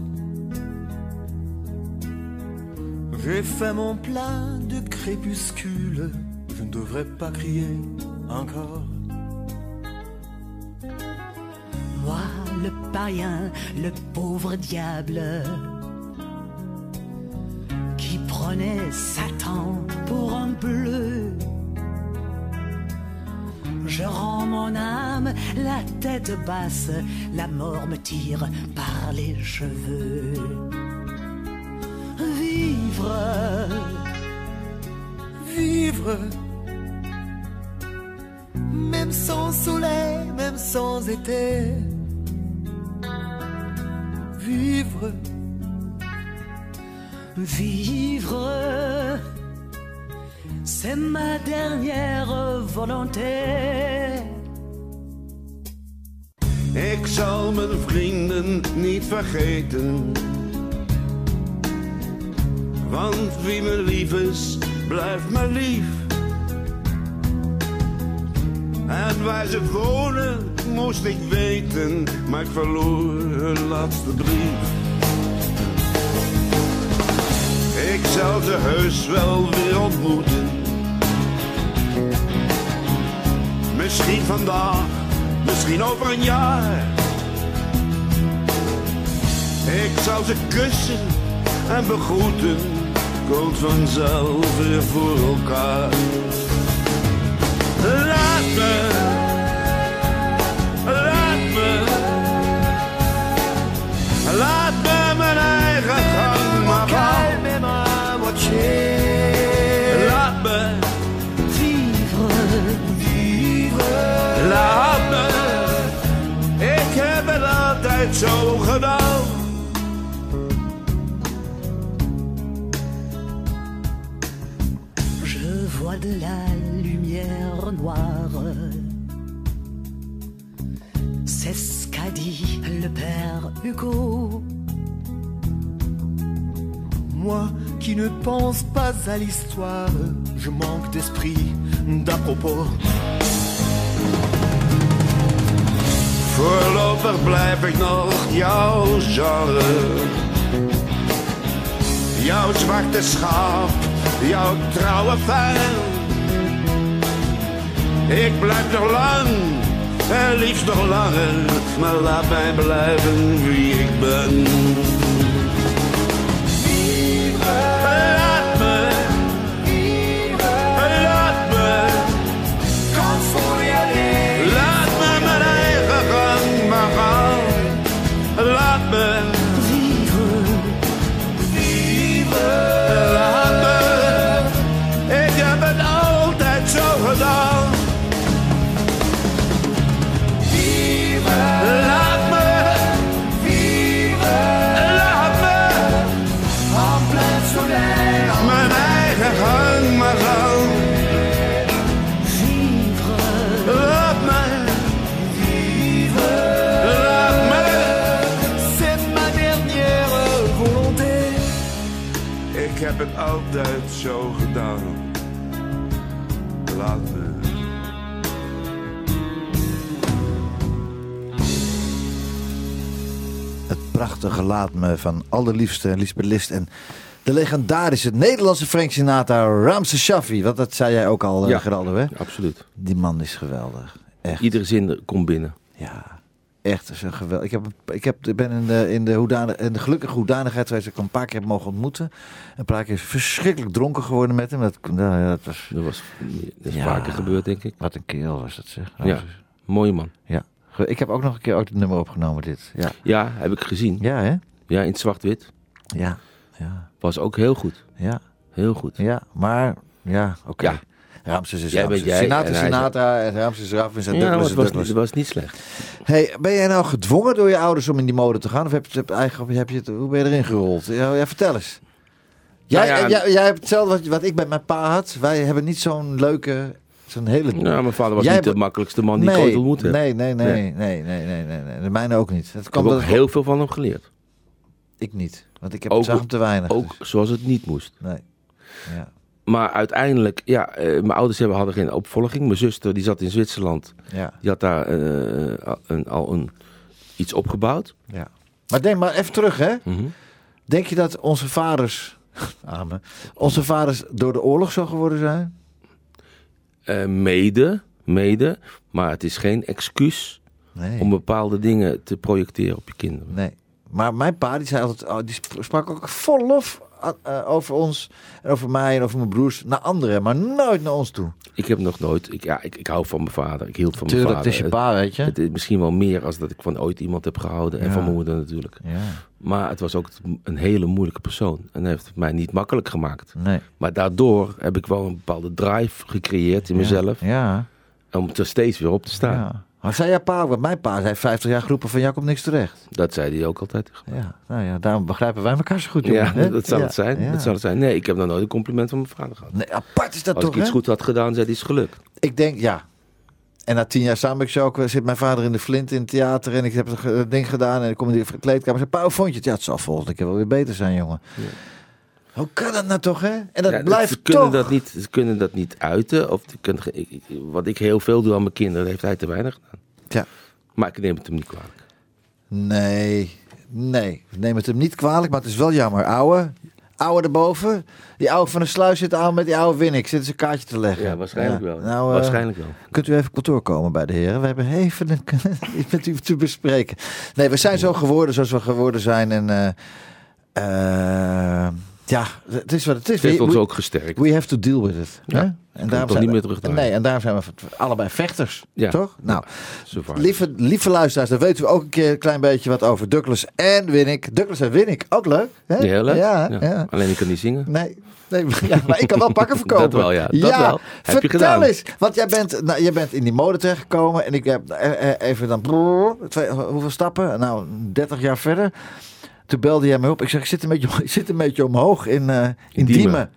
Speaker 3: J'ai fait mon plein de crépuscule, je ne devrais pas crier encore.
Speaker 6: Moi, le païen, le pauvre diable, qui prenait Satan pour un bleu. Je rends mon âme la tête basse, la mort me tire par les cheveux. Vivre,
Speaker 3: Vivre, même sans soleil, même sans été. Vivre.
Speaker 6: vivre, c'est ma dernière volonté.
Speaker 5: Ik zal mijn vrienden niet vergeten. Want wie me lief is, blijft me lief. En waar ze wonen, moest ik weten. Maar ik verloor hun laatste brief. Ik zal ze heus wel weer ontmoeten. Misschien vandaag, misschien over een jaar. Ik zal ze kussen en begroeten
Speaker 7: Goldfunzer over Furuka. Laten, laat me, laat me mijn eigen gang maar gaan. Laat me,
Speaker 6: Vivre,
Speaker 7: laat me, ik heb het altijd zo gedaan.
Speaker 6: je vois de la lumière noire. C'est ce qu'a dit le père Hugo.
Speaker 3: Moi qui ne pense pas à l'histoire, je manque d'esprit, d'à propos.
Speaker 7: Voorlopig blijf ik nog jouw genre. Jouw zwarte schaap, jouw trouwe fan. Ik blijf nog lang, en liefst nog langer. Maar laat mij blijven wie ik ben. Laat me, laat me, Laat me mijn eigen gang maar gaan. Laat me leven. Laat me. Ik heb het altijd zo gedaan. Laat me. Laat me. Mijn eigen gang maar gaan. Laat me. Laat me.
Speaker 3: C'est ma dernière volonté.
Speaker 7: Ik heb het altijd zo gedaan. Laat me.
Speaker 2: Het prachtige laat me van allerliefste Lisbeth List en de legendarische Nederlandse Frank Sinatra, Ramse Shaffi. Want dat zei jij ook al, eh,
Speaker 4: Ja.
Speaker 2: Geraldo, hè?
Speaker 4: Absoluut.
Speaker 2: Die man is geweldig. Echt.
Speaker 4: Iedere zin komt binnen.
Speaker 2: Ja, echt is een geweldig. Ik, heb, ik heb, ik ben in de, in, de hoedanig, in de gelukkige hoedanigheid geweest dat ik hem een paar keer heb mogen ontmoeten. Een paar keer verschrikkelijk dronken geworden met hem. Dat, nou, ja, dat was,
Speaker 4: Dat was dat is
Speaker 2: Ja.
Speaker 4: vaker gebeurd, denk ik.
Speaker 2: wat een keel was dat zeg.
Speaker 4: Ja, mooie man.
Speaker 2: ja. Ge- Ik heb ook nog een keer ooit het nummer opgenomen dit. Ja,
Speaker 4: Ja, heb ik gezien.
Speaker 2: ja hè?
Speaker 4: Ja, in het zwart-wit.
Speaker 2: Ja, ja,
Speaker 4: Was ook heel goed.
Speaker 2: ja,
Speaker 4: Heel goed.
Speaker 2: ja. Maar, ja, oké.
Speaker 4: Ja.
Speaker 2: Ramses is
Speaker 4: Jij bent
Speaker 2: Ramses.
Speaker 4: jij
Speaker 2: Sinatra
Speaker 4: en
Speaker 2: is
Speaker 4: hij is-
Speaker 2: Sinatra en Ramses is Ramses en
Speaker 4: Ja, maar
Speaker 2: Douglas is
Speaker 4: het was,
Speaker 2: Douglas.
Speaker 4: het was niet slecht.
Speaker 2: Hey, ben jij nou gedwongen door je ouders om in die mode te gaan? Of heb je, heb eigenlijk, heb je het, hoe ben je erin gerold? Ja, ja, vertel eens. Jij,
Speaker 4: Nou ja,
Speaker 2: eh, jij, jij hebt hetzelfde wat, wat ik met mijn pa had. Wij hebben niet zo'n leuke, zo'n hele...
Speaker 4: Nou, mijn vader was
Speaker 2: Jij
Speaker 4: niet de
Speaker 2: be-
Speaker 4: makkelijkste man die ik ooit ontmoet heb.
Speaker 2: nee, nee, nee, nee, nee, nee, nee, nee, nee. De mijne ook niet. Dat
Speaker 4: Ik heb
Speaker 2: kwam
Speaker 4: ook
Speaker 2: dat
Speaker 4: heel veel van hem geleerd.
Speaker 2: ik niet. Want ik heb
Speaker 4: Ook-
Speaker 2: zag hem te weinig.
Speaker 4: Ook
Speaker 2: dus.
Speaker 4: zoals het niet moest.
Speaker 2: Nee. Ja,
Speaker 4: Maar uiteindelijk, ja, eh, mijn ouders hebben, hadden geen opvolging. Mijn zuster, die zat in Zwitserland.
Speaker 2: ja,
Speaker 4: Die had daar eh, al een, al een, iets opgebouwd.
Speaker 2: ja. Maar denk maar even terug, hè.
Speaker 4: Mhm.
Speaker 2: Denk je dat onze vaders... Amen. Onze vaders door de oorlog zo geworden zijn?
Speaker 4: Eh, mede, mede. Maar het is geen excuus
Speaker 2: Nee.
Speaker 4: om bepaalde dingen te projecteren op je kinderen.
Speaker 2: Nee. Maar mijn pa, die, zei altijd, oh, die sp- sprak ook vol lof ah, eh, over ons en over mij en over mijn broers naar anderen, maar nooit naar ons toe.
Speaker 4: Ik heb nog nooit... Ik, ja, ik, ik hou van mijn vader. Ik hield van mijn
Speaker 2: Tuurlijk, het
Speaker 4: vader.
Speaker 2: is je pa, weet je.
Speaker 4: Het is misschien wel meer als dat ik van ooit iemand heb gehouden. En
Speaker 2: Ja.
Speaker 4: van mijn moeder natuurlijk.
Speaker 2: Ja,
Speaker 4: Maar het was ook een hele moeilijke persoon. En heeft het mij niet makkelijk gemaakt.
Speaker 2: nee.
Speaker 4: Maar daardoor heb ik wel een bepaalde drive gecreëerd in mezelf.
Speaker 2: Ja,
Speaker 4: Om er steeds weer op te
Speaker 2: ja.
Speaker 4: staan.
Speaker 2: Maar zei jouw pa ook, want mijn pa zei 50 jaar groepen van Jacob niks terecht.
Speaker 4: Dat zei hij ook altijd.
Speaker 2: Ja, nou ja, daarom begrijpen wij elkaar zo goed.
Speaker 4: Ja,
Speaker 2: jongen, hè?
Speaker 4: dat, dat zal
Speaker 2: Ja,
Speaker 4: het zijn.
Speaker 2: ja.
Speaker 4: Dat zal het zijn. Nee, ik heb nog nooit een compliment van mijn vader gehad.
Speaker 2: Nee, apart is dat
Speaker 4: Als
Speaker 2: toch,
Speaker 4: ik iets
Speaker 2: hè?
Speaker 4: goed had gedaan, zei hij is gelukt.
Speaker 2: Ik denk, ja. En na tien jaar samen ik zo ook, eh, zit mijn vader in de flint in het theater en ik heb het ge- ding gedaan en ik kom in de kleedkamer en zei, pa, hoe vond je het? Ja, het zal volgende keer wel weer beter zijn, jongen. Hoe kan dat nou toch, hè? En dat
Speaker 4: Ja,
Speaker 2: blijft
Speaker 4: ze kunnen
Speaker 2: toch...
Speaker 4: dat niet, Ze kunnen dat niet uiten. Of ze kunnen, ge- ik- ik- wat ik heel veel doe aan mijn kinderen, dat heeft hij te weinig gedaan.
Speaker 2: Ja.
Speaker 4: Maar ik neem het hem niet kwalijk.
Speaker 2: Nee, nee. Neem het hem niet kwalijk, maar het is wel jammer. Ouwe, ouwe erboven. Die ouwe van de sluis zit aan met die ouwe Winnik. Zitten ze een kaartje te leggen.
Speaker 4: Ja, waarschijnlijk
Speaker 2: Ja,
Speaker 4: wel.
Speaker 2: nou, eh,
Speaker 4: waarschijnlijk wel.
Speaker 2: Kunt u even kantoor komen bij de heren? We hebben even een, iets met u te bespreken. Nee, we zijn zo geworden zoals we geworden zijn. En eh, eh, Ja, het is wat het is.
Speaker 4: Het heeft
Speaker 2: We-
Speaker 4: ons
Speaker 2: we-
Speaker 4: ook gesterkt.
Speaker 2: We have to deal with it.
Speaker 4: Ja.
Speaker 2: hè?
Speaker 4: Kan
Speaker 2: En
Speaker 4: je toch
Speaker 2: zijn
Speaker 4: niet
Speaker 2: we-
Speaker 4: meer terugdraaien.
Speaker 2: Nee, en daarom zijn we allebei vechters,
Speaker 4: Ja.
Speaker 2: toch? Nou,
Speaker 4: Survivor.
Speaker 2: lieve, lieve luisteraars, daar weten we ook een keer een klein beetje wat over. Douglas en Winnick. Douglas en Winnick, ook leuk. Hè?
Speaker 4: Ja, heel leuk.
Speaker 2: Ja,
Speaker 4: Ja.
Speaker 2: ja.
Speaker 4: Alleen ik kan niet zingen.
Speaker 2: Nee. Nee, ja, maar ik kan wel pakken verkopen.
Speaker 4: Dat wel, ja. Dat wel. Heb je
Speaker 2: vertel
Speaker 4: gedaan.
Speaker 2: eens. Want jij bent, nou, jij bent in die mode terechtgekomen. En ik heb eh, eh, even dan... brrr, twee- hoeveel stappen? Nou, 30 jaar verder. Toen belde jij mij op. Ik zeg, ik zit een beetje, ik zit een beetje omhoog in, eh in,
Speaker 4: In
Speaker 2: Diemen.
Speaker 4: Diemen.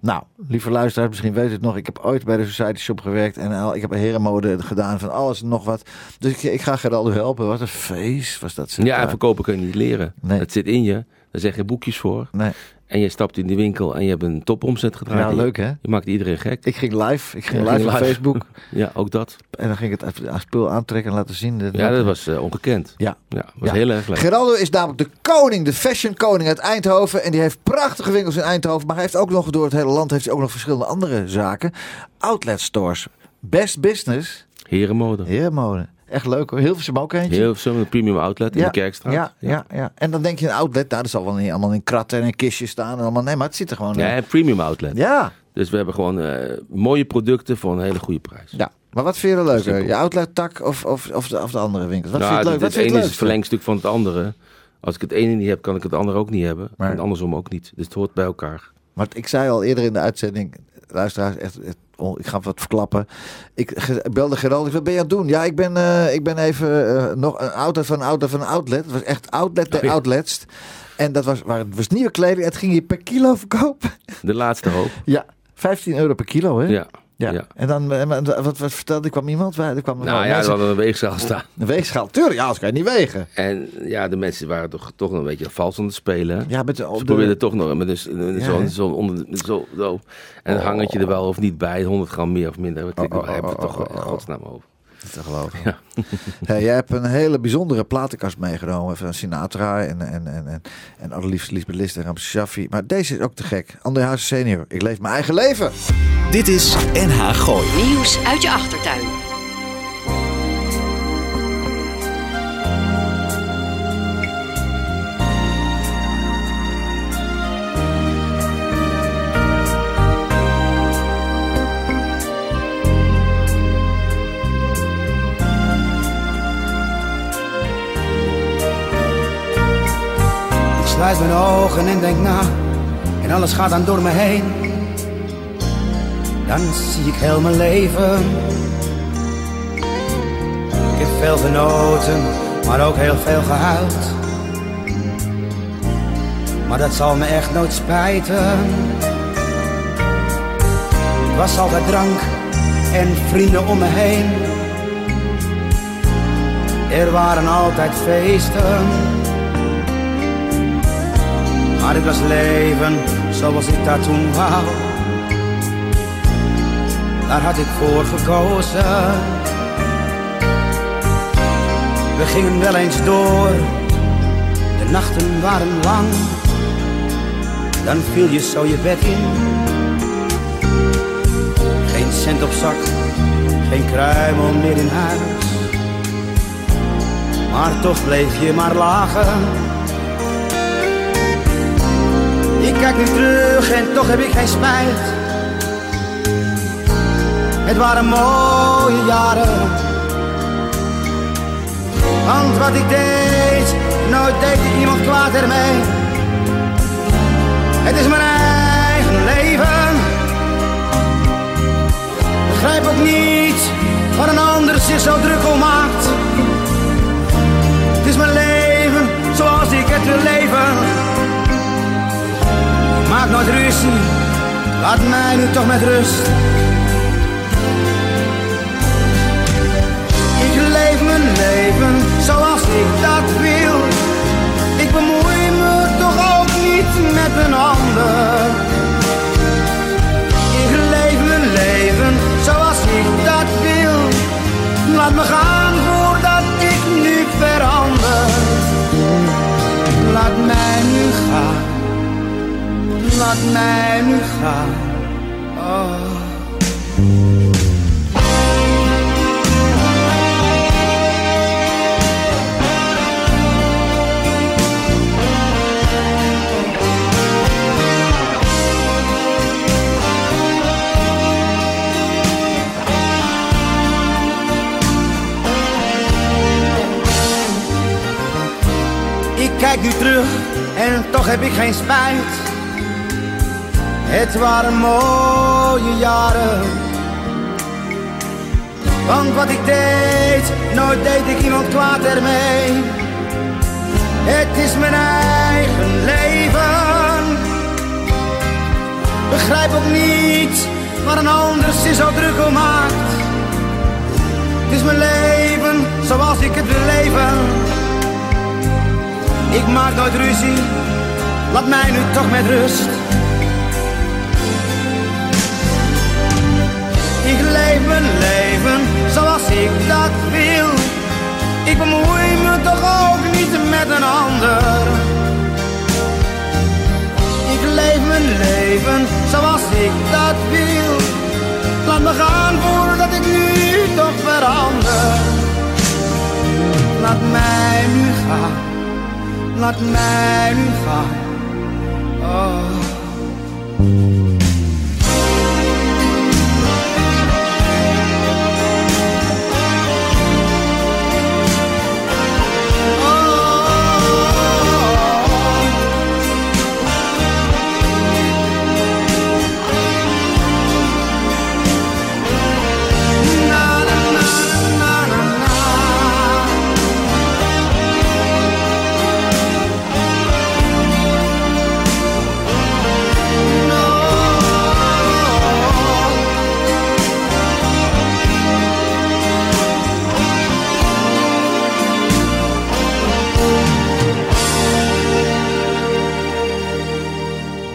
Speaker 2: Nou, lieve luisteraars, misschien weet u het nog. Ik heb ooit bij de Society Shop gewerkt. En al- ik heb herenmode gedaan van alles en nog wat. Dus ik, ik ga Geraldo helpen. Wat een feest was dat. zeg.
Speaker 4: Ja, en verkopen kun je niet leren.
Speaker 2: Nee.
Speaker 4: Dat zit in je. Daar zijn geen boekjes voor.
Speaker 2: Nee.
Speaker 4: En je stapt in die winkel en je hebt een topomzet gedraaid.
Speaker 2: Ja,
Speaker 4: En je-
Speaker 2: Nou, leuk, hè?
Speaker 4: Je maakt iedereen gek.
Speaker 2: Ik ging live. Ik ging
Speaker 4: Ja,
Speaker 2: live
Speaker 4: ging
Speaker 2: op
Speaker 4: live.
Speaker 2: Facebook.
Speaker 4: Ja, ook dat.
Speaker 2: En dan ging ik het aan spul aantrekken en laten zien.
Speaker 4: Ja, dat was eh, ongekend.
Speaker 2: Ja.
Speaker 4: Ja, was
Speaker 2: Ja.
Speaker 4: heel erg leuk.
Speaker 2: Geraldo is namelijk de koning, de fashion koning uit Eindhoven. En die heeft prachtige winkels in Eindhoven. Maar hij heeft ook nog door het hele land heeft hij ook nog verschillende andere zaken. Outlet stores. Best business.
Speaker 4: Herenmode.
Speaker 2: Heermode. Echt leuk hoor. Hilversum ook eentje.
Speaker 4: Heel veel een premium outlet in de Kerkstraat.
Speaker 2: Ja, ja, ja. En dan denk je een outlet. Daar zal wel niet allemaal in kratten en in kistjes staan. En allemaal. Nee, maar het zit er gewoon in.
Speaker 4: Ja, een premium outlet.
Speaker 2: Ja.
Speaker 4: Dus we hebben gewoon eh, mooie producten voor een hele goede prijs.
Speaker 2: ja. Maar wat vind je er leuker?
Speaker 4: Simpel.
Speaker 2: Je outlet tak of, of, of, de, of de andere winkels? Wat
Speaker 4: Nou,
Speaker 2: vind je
Speaker 4: het,
Speaker 2: het leuk? Wat
Speaker 4: het
Speaker 2: vind je
Speaker 4: ene is
Speaker 2: het
Speaker 4: het
Speaker 2: leukste?
Speaker 4: verlengstuk van het andere. Als ik het ene niet heb, kan ik het andere ook niet hebben.
Speaker 2: Maar-
Speaker 4: En andersom ook niet. Dus het hoort bij elkaar.
Speaker 2: Want ik zei al eerder in de uitzending, luisteraars, echt, echt on- ik ga wat verklappen. Ik ge- belde Gerald, ik zei, wat ben je aan het doen? Ja, ik ben, eh, ik ben even eh, nog een outlet van een outlet van een outlet. Het was echt outlet
Speaker 4: Oh
Speaker 2: der
Speaker 4: ja.
Speaker 2: outlets. En dat was, waren, het was nieuwe kleding. Het ging hier per kilo verkopen.
Speaker 4: De laatste hoop.
Speaker 2: Ja, 15 euro per kilo, hè?
Speaker 4: Ja.
Speaker 2: Ja. En dan, eh, maar wat, wat vertelde, er kwam iemand, bij- er kwam
Speaker 4: Nou ja, we
Speaker 2: mensen,
Speaker 4: hadden een weegschaal staan.
Speaker 2: een weegschaal. Tuurlijk, ja, als kan je niet wegen.
Speaker 4: En ja, de mensen waren toch, toch nog een beetje vals aan het spelen.
Speaker 2: Ja, met de,
Speaker 4: Ze
Speaker 2: op
Speaker 4: probeerden
Speaker 2: de,
Speaker 4: toch nog, maar dus, eh,
Speaker 2: Ja,
Speaker 4: zo,
Speaker 2: hè?
Speaker 4: zo, onder, zo, zo. En een hangertje er wel of niet bij, 100 gram meer of minder. Wat ik,
Speaker 2: Oh, oh,
Speaker 4: waar hebben we
Speaker 2: oh,
Speaker 4: het toch
Speaker 2: oh,
Speaker 4: in
Speaker 2: oh.
Speaker 4: godsnaam over?
Speaker 2: te geloven.
Speaker 4: Ja.
Speaker 2: Hey, jij hebt een hele bijzondere platenkast meegenomen van Sinatra en, en, en, en, en allerliefst Lisbeth List en Ramse Shaffi. Maar deze is ook te gek. André Hazes senior. Ik leef mijn eigen leven.
Speaker 1: Dit is NH Gooi.
Speaker 8: Nieuws uit je achtertuin.
Speaker 9: Ik sluit mijn ogen en denk na, en alles gaat dan door me heen. Dan zie ik heel mijn leven. Ik heb veel genoten, maar ook heel veel gehuild. Maar dat zal me echt nooit spijten. Het was altijd drank en vrienden om me heen. Er waren altijd feesten. Maar dit was leven zoals ik dat toen wou. Daar had ik voor gekozen. We gingen wel eens door, de nachten waren lang. Dan viel je zo je bed in. Geen cent op zak, geen kruimel meer in huis. Maar toch bleef je maar lachen. Ik kijk nu terug en toch heb ik geen spijt. Het waren mooie jaren. Want wat ik deed, nooit deed ik iemand kwaad ermee. Het is mijn eigen leven. Begrijp ook niet waar een ander zich zo druk om maakt. Het is mijn leven zoals ik het wil leven. Maak nooit ruzie, laat mij nu toch met rust. Ik leef mijn leven zoals ik dat wil. Ik bemoei me toch ook niet met een ander. Ik leef mijn leven zoals ik dat wil. Laat me gaan voordat ik nu verander. Laat mij nu gaan laat mij nu gaan. Oh. Kijk nu terug en toch heb ik geen spijt. Het waren mooie jaren. Want wat ik deed, nooit deed ik iemand kwaad ermee. Het is mijn eigen leven. Begrijp ook niet waar een ander zich zo druk om maakt. Het is mijn leven zoals ik het wil leven. Ik maak nooit ruzie, laat mij nu toch met rust. Ik leef mijn leven zoals ik dat wil. Ik bemoei me toch ook niet met een ander. Ik leef mijn leven zoals ik dat wil. Laat me gaan voordat ik nu toch verander. Laat mij nu gaan laat mij nu gaan. Oh.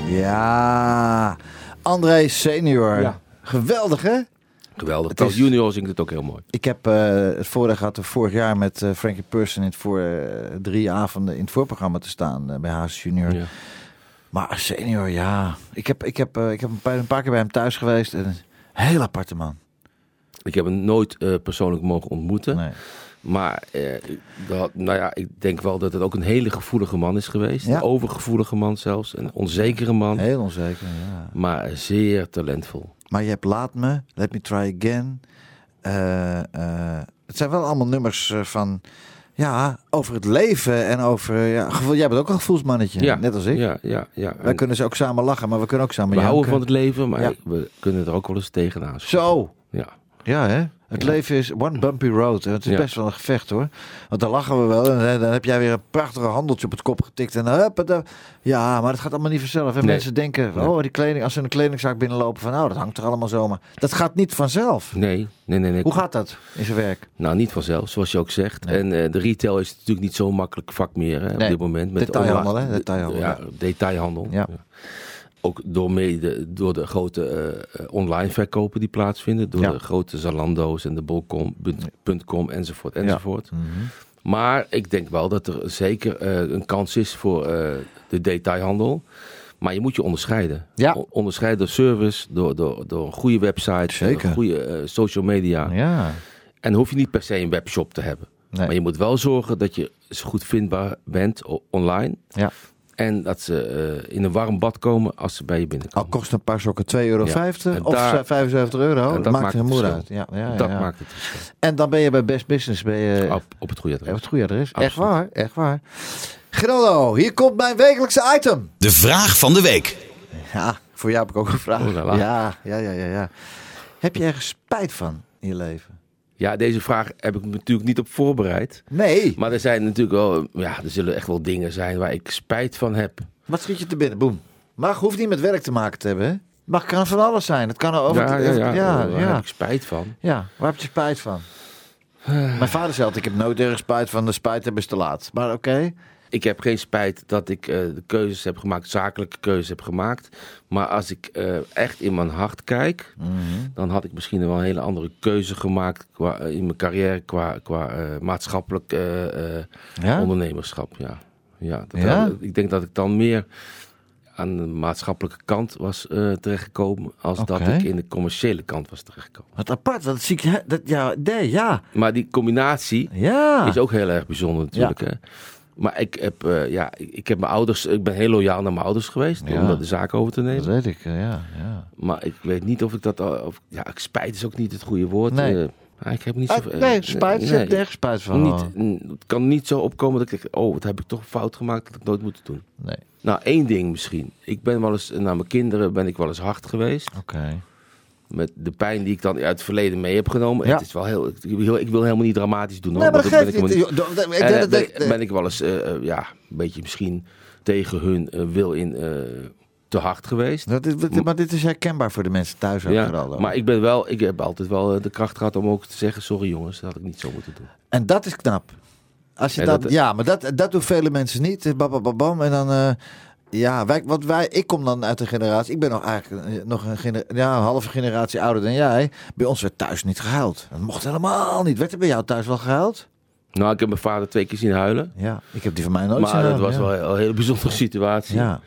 Speaker 2: Ja, André Senior.
Speaker 4: Ja.
Speaker 2: Geweldig, hè?
Speaker 4: Geweldig.
Speaker 2: Het
Speaker 4: Als
Speaker 2: is-
Speaker 4: junior zingt het ook heel mooi.
Speaker 2: Ik heb eh, het voordeel gehad er vorig jaar met eh, Frankie Person in het voor, eh, drie avonden in het voorprogramma te staan eh, bij Haas Junior.
Speaker 4: Ja.
Speaker 2: Maar als senior, ja. Ik, heb, ik, heb, eh, ik heb een, paar, een paar keer bij hem thuis geweest. En een heel aparte man.
Speaker 4: Ik heb hem nooit eh, persoonlijk mogen ontmoeten.
Speaker 2: Nee.
Speaker 4: Maar eh, dat, nou ja, ik denk wel dat het ook een hele gevoelige man is geweest.
Speaker 2: Ja.
Speaker 4: Een overgevoelige man zelfs. Een onzekere man.
Speaker 2: Heel onzeker, ja.
Speaker 4: Maar zeer talentvol.
Speaker 2: Maar je hebt Laat Me, Let Me Try Again. Eh, eh, het zijn wel allemaal nummers eh, van... Ja, over het leven en over... Ja, gevoel, jij bent ook een gevoelsmannetje, net als ik.
Speaker 4: Ja, ja, ja.
Speaker 2: Wij
Speaker 4: En
Speaker 2: kunnen ze ook samen lachen, maar we kunnen ook
Speaker 4: we
Speaker 2: samen
Speaker 4: houden
Speaker 2: janken.
Speaker 4: van het leven, maar
Speaker 2: Ja.
Speaker 4: we kunnen er ook wel eens tegenaan.
Speaker 2: Zo!
Speaker 4: Ja.
Speaker 2: Ja, hè? Het
Speaker 4: Ja.
Speaker 2: leven is one bumpy road. En het is
Speaker 4: Ja.
Speaker 2: best wel een gevecht, hoor. Want dan lachen we wel. En eh, dan heb jij weer een prachtige handeltje op het kop getikt. En hup, en dan- ja, maar dat gaat allemaal niet vanzelf. En
Speaker 4: Nee.
Speaker 2: mensen denken,
Speaker 4: Nee.
Speaker 2: oh, die kleding, als ze in een kledingzaak binnenlopen... van nou, dat hangt er allemaal zomaar. Dat gaat niet vanzelf.
Speaker 4: Nee, nee, nee. nee.
Speaker 2: Hoe gaat dat in zijn werk?
Speaker 4: Nou, niet vanzelf, zoals je ook zegt.
Speaker 2: Nee.
Speaker 4: En eh, de retail is natuurlijk niet zo'n makkelijk vak meer hè,
Speaker 2: Nee.
Speaker 4: op dit moment. de
Speaker 2: Detailhandel,
Speaker 4: online-
Speaker 2: hè, detailhandel,
Speaker 4: Ja, detailhandel.
Speaker 2: Ja.
Speaker 4: Ook door, mede, door de grote eh, eh, online verkopen die plaatsvinden. Door
Speaker 2: Ja.
Speaker 4: de grote Zalando's en de Bol.com punt- .com enzovoort enzovoort.
Speaker 2: Mhm.
Speaker 4: Maar ik denk wel dat er zeker eh, een kans is voor eh, de detailhandel. Maar je moet je onderscheiden.
Speaker 2: Ja.
Speaker 4: O- onderscheiden door service, door, door, door een goede website,
Speaker 2: Zeker.
Speaker 4: door goede eh, social media.
Speaker 2: Ja.
Speaker 4: En dan hoef je niet per se een webshop te hebben.
Speaker 2: Nee.
Speaker 4: Maar je moet wel zorgen dat je zo goed vindbaar bent o- online.
Speaker 2: Ja.
Speaker 4: En dat ze eh, in een warm bad komen als ze bij je
Speaker 2: Al
Speaker 4: binnenkomen.
Speaker 2: kost een paar sokken 2,50 euro
Speaker 4: Ja. En
Speaker 2: of
Speaker 4: daar-
Speaker 2: ze- 75 euro.
Speaker 4: En
Speaker 2: Oh, Dat,
Speaker 4: dat
Speaker 2: maakt
Speaker 4: maakt
Speaker 2: geen
Speaker 4: het
Speaker 2: moer uit.
Speaker 4: verschil.
Speaker 2: Ja, ja, ja,
Speaker 4: dat
Speaker 2: ja.
Speaker 4: maakt het
Speaker 2: En dan ben je bij Best Business. Ben je
Speaker 4: op, op het goede
Speaker 2: op
Speaker 4: adres.
Speaker 2: het goede adres. Echt
Speaker 4: Absoluut.
Speaker 2: waar, echt waar. Geraldo, hier komt mijn wekelijkse item.
Speaker 1: De vraag van de week.
Speaker 2: Ja, voor jou heb ik ook een vraag.
Speaker 4: Oh, la, la.
Speaker 2: ja, ja, ja, ja, ja. Heb je ergens spijt van in je leven?
Speaker 4: Ja, deze vraag heb ik me natuurlijk niet op voorbereid.
Speaker 2: Nee.
Speaker 4: Maar er zijn natuurlijk wel, ja, er zullen echt wel dingen zijn waar ik spijt van heb.
Speaker 2: Wat schiet je te binnen? Boem. Maar hoeft niet met werk te maken te hebben. hè? Maar kan van alles zijn. Het kan over
Speaker 4: ja,
Speaker 2: het-
Speaker 4: ja,
Speaker 2: over-
Speaker 4: ja,
Speaker 2: ja,
Speaker 4: Daar
Speaker 2: ja.
Speaker 4: heb ik spijt van.
Speaker 2: Ja, waar heb je spijt van? Mijn vader zei altijd, ik heb nooit erg spijt van, de spijt hebben is te laat. Maar oké.
Speaker 4: Ik heb geen spijt dat ik eh, de keuzes heb gemaakt, zakelijke keuzes heb gemaakt. Maar als ik eh, echt in mijn hart kijk,
Speaker 2: Mhm.
Speaker 4: dan had ik misschien wel een hele andere keuze gemaakt qua, eh, in mijn carrière qua, qua eh, maatschappelijk eh, eh,
Speaker 2: Ja?
Speaker 4: ondernemerschap. Ja. Ja, dat
Speaker 2: Ja?
Speaker 4: had- ik denk dat ik dan meer aan de maatschappelijke kant was eh, terechtgekomen als
Speaker 2: Oké.
Speaker 4: dat ik in de commerciële kant was terechtgekomen.
Speaker 2: Wat apart, want dat zie ik... hè, Dat, ja, nee, ja.
Speaker 4: Maar die combinatie
Speaker 2: Ja.
Speaker 4: is ook heel erg bijzonder natuurlijk. Hè? Maar ik heb, eh, ja, ik ik heb mijn ouders, ik ben heel loyaal naar mijn ouders geweest
Speaker 2: Ja.
Speaker 4: om dat de zaak over te
Speaker 2: Dat
Speaker 4: nemen.
Speaker 2: weet ik, eh, ja. ja.
Speaker 4: Maar ik weet niet of ik dat, al- of, ja, ik spijt is ook niet het goede woord.
Speaker 2: Nee.
Speaker 4: Eh, Ah, ik heb niet
Speaker 2: Ah,
Speaker 4: zoveel...
Speaker 2: nee, spijt. Je hebt nergens spijt van.
Speaker 4: Niet, n- het kan niet zo opkomen dat ik denk, oh, wat heb ik toch fout gemaakt dat ik nooit moet doen.
Speaker 2: Nee.
Speaker 4: Nou, één ding misschien. Ik ben wel eens, eh, naar mijn kinderen ben ik wel eens hard geweest.
Speaker 2: Oké.
Speaker 4: Met de pijn die ik dan uit het verleden mee heb genomen.
Speaker 2: Ja.
Speaker 4: Het is wel heel, ik, wil, ik wil helemaal niet dramatisch doen. hoor,
Speaker 2: Nee, maar
Speaker 4: want
Speaker 2: dat
Speaker 4: dan
Speaker 2: geeft
Speaker 4: ben ik
Speaker 2: niet.
Speaker 4: helemaal
Speaker 2: joh, dat- dat- ik
Speaker 4: En,
Speaker 2: denk
Speaker 4: eh,
Speaker 2: dat-
Speaker 4: ben,
Speaker 2: dat-
Speaker 4: ben ik wel eens, eh, eh, ja, een beetje misschien tegen hun eh, wil in eh, te hard geweest.
Speaker 2: dat is- dat- Maar dit is herkenbaar voor de mensen thuis ook
Speaker 4: Ja,
Speaker 2: vooral. hoor.
Speaker 4: maar ik ben wel, ik heb altijd wel eh, de kracht gehad om ook te zeggen, sorry jongens, dat had ik niet zo moeten doen.
Speaker 2: En dat is knap. Als je
Speaker 4: Ja,
Speaker 2: dat,
Speaker 4: dat-
Speaker 2: ja, maar dat, dat doen vele mensen niet. Eh, Bam, bam, bam, bam. En dan, eh, ja, wij, want wij, ik kom dan uit een generatie. Ik ben nog eigenlijk eh, nog een, gener, ja, een halve generatie ouder dan jij. Bij ons werd thuis niet gehuild. Dat mocht helemaal niet. Werd er bij jou thuis wel gehuild?
Speaker 4: Nou, ik heb mijn vader twee keer zien huilen.
Speaker 2: Ja, ik heb die van mij nooit zien
Speaker 4: Maar dat
Speaker 2: huilen,
Speaker 4: was
Speaker 2: ja.
Speaker 4: wel een, een hele bijzondere situatie.
Speaker 2: Ja,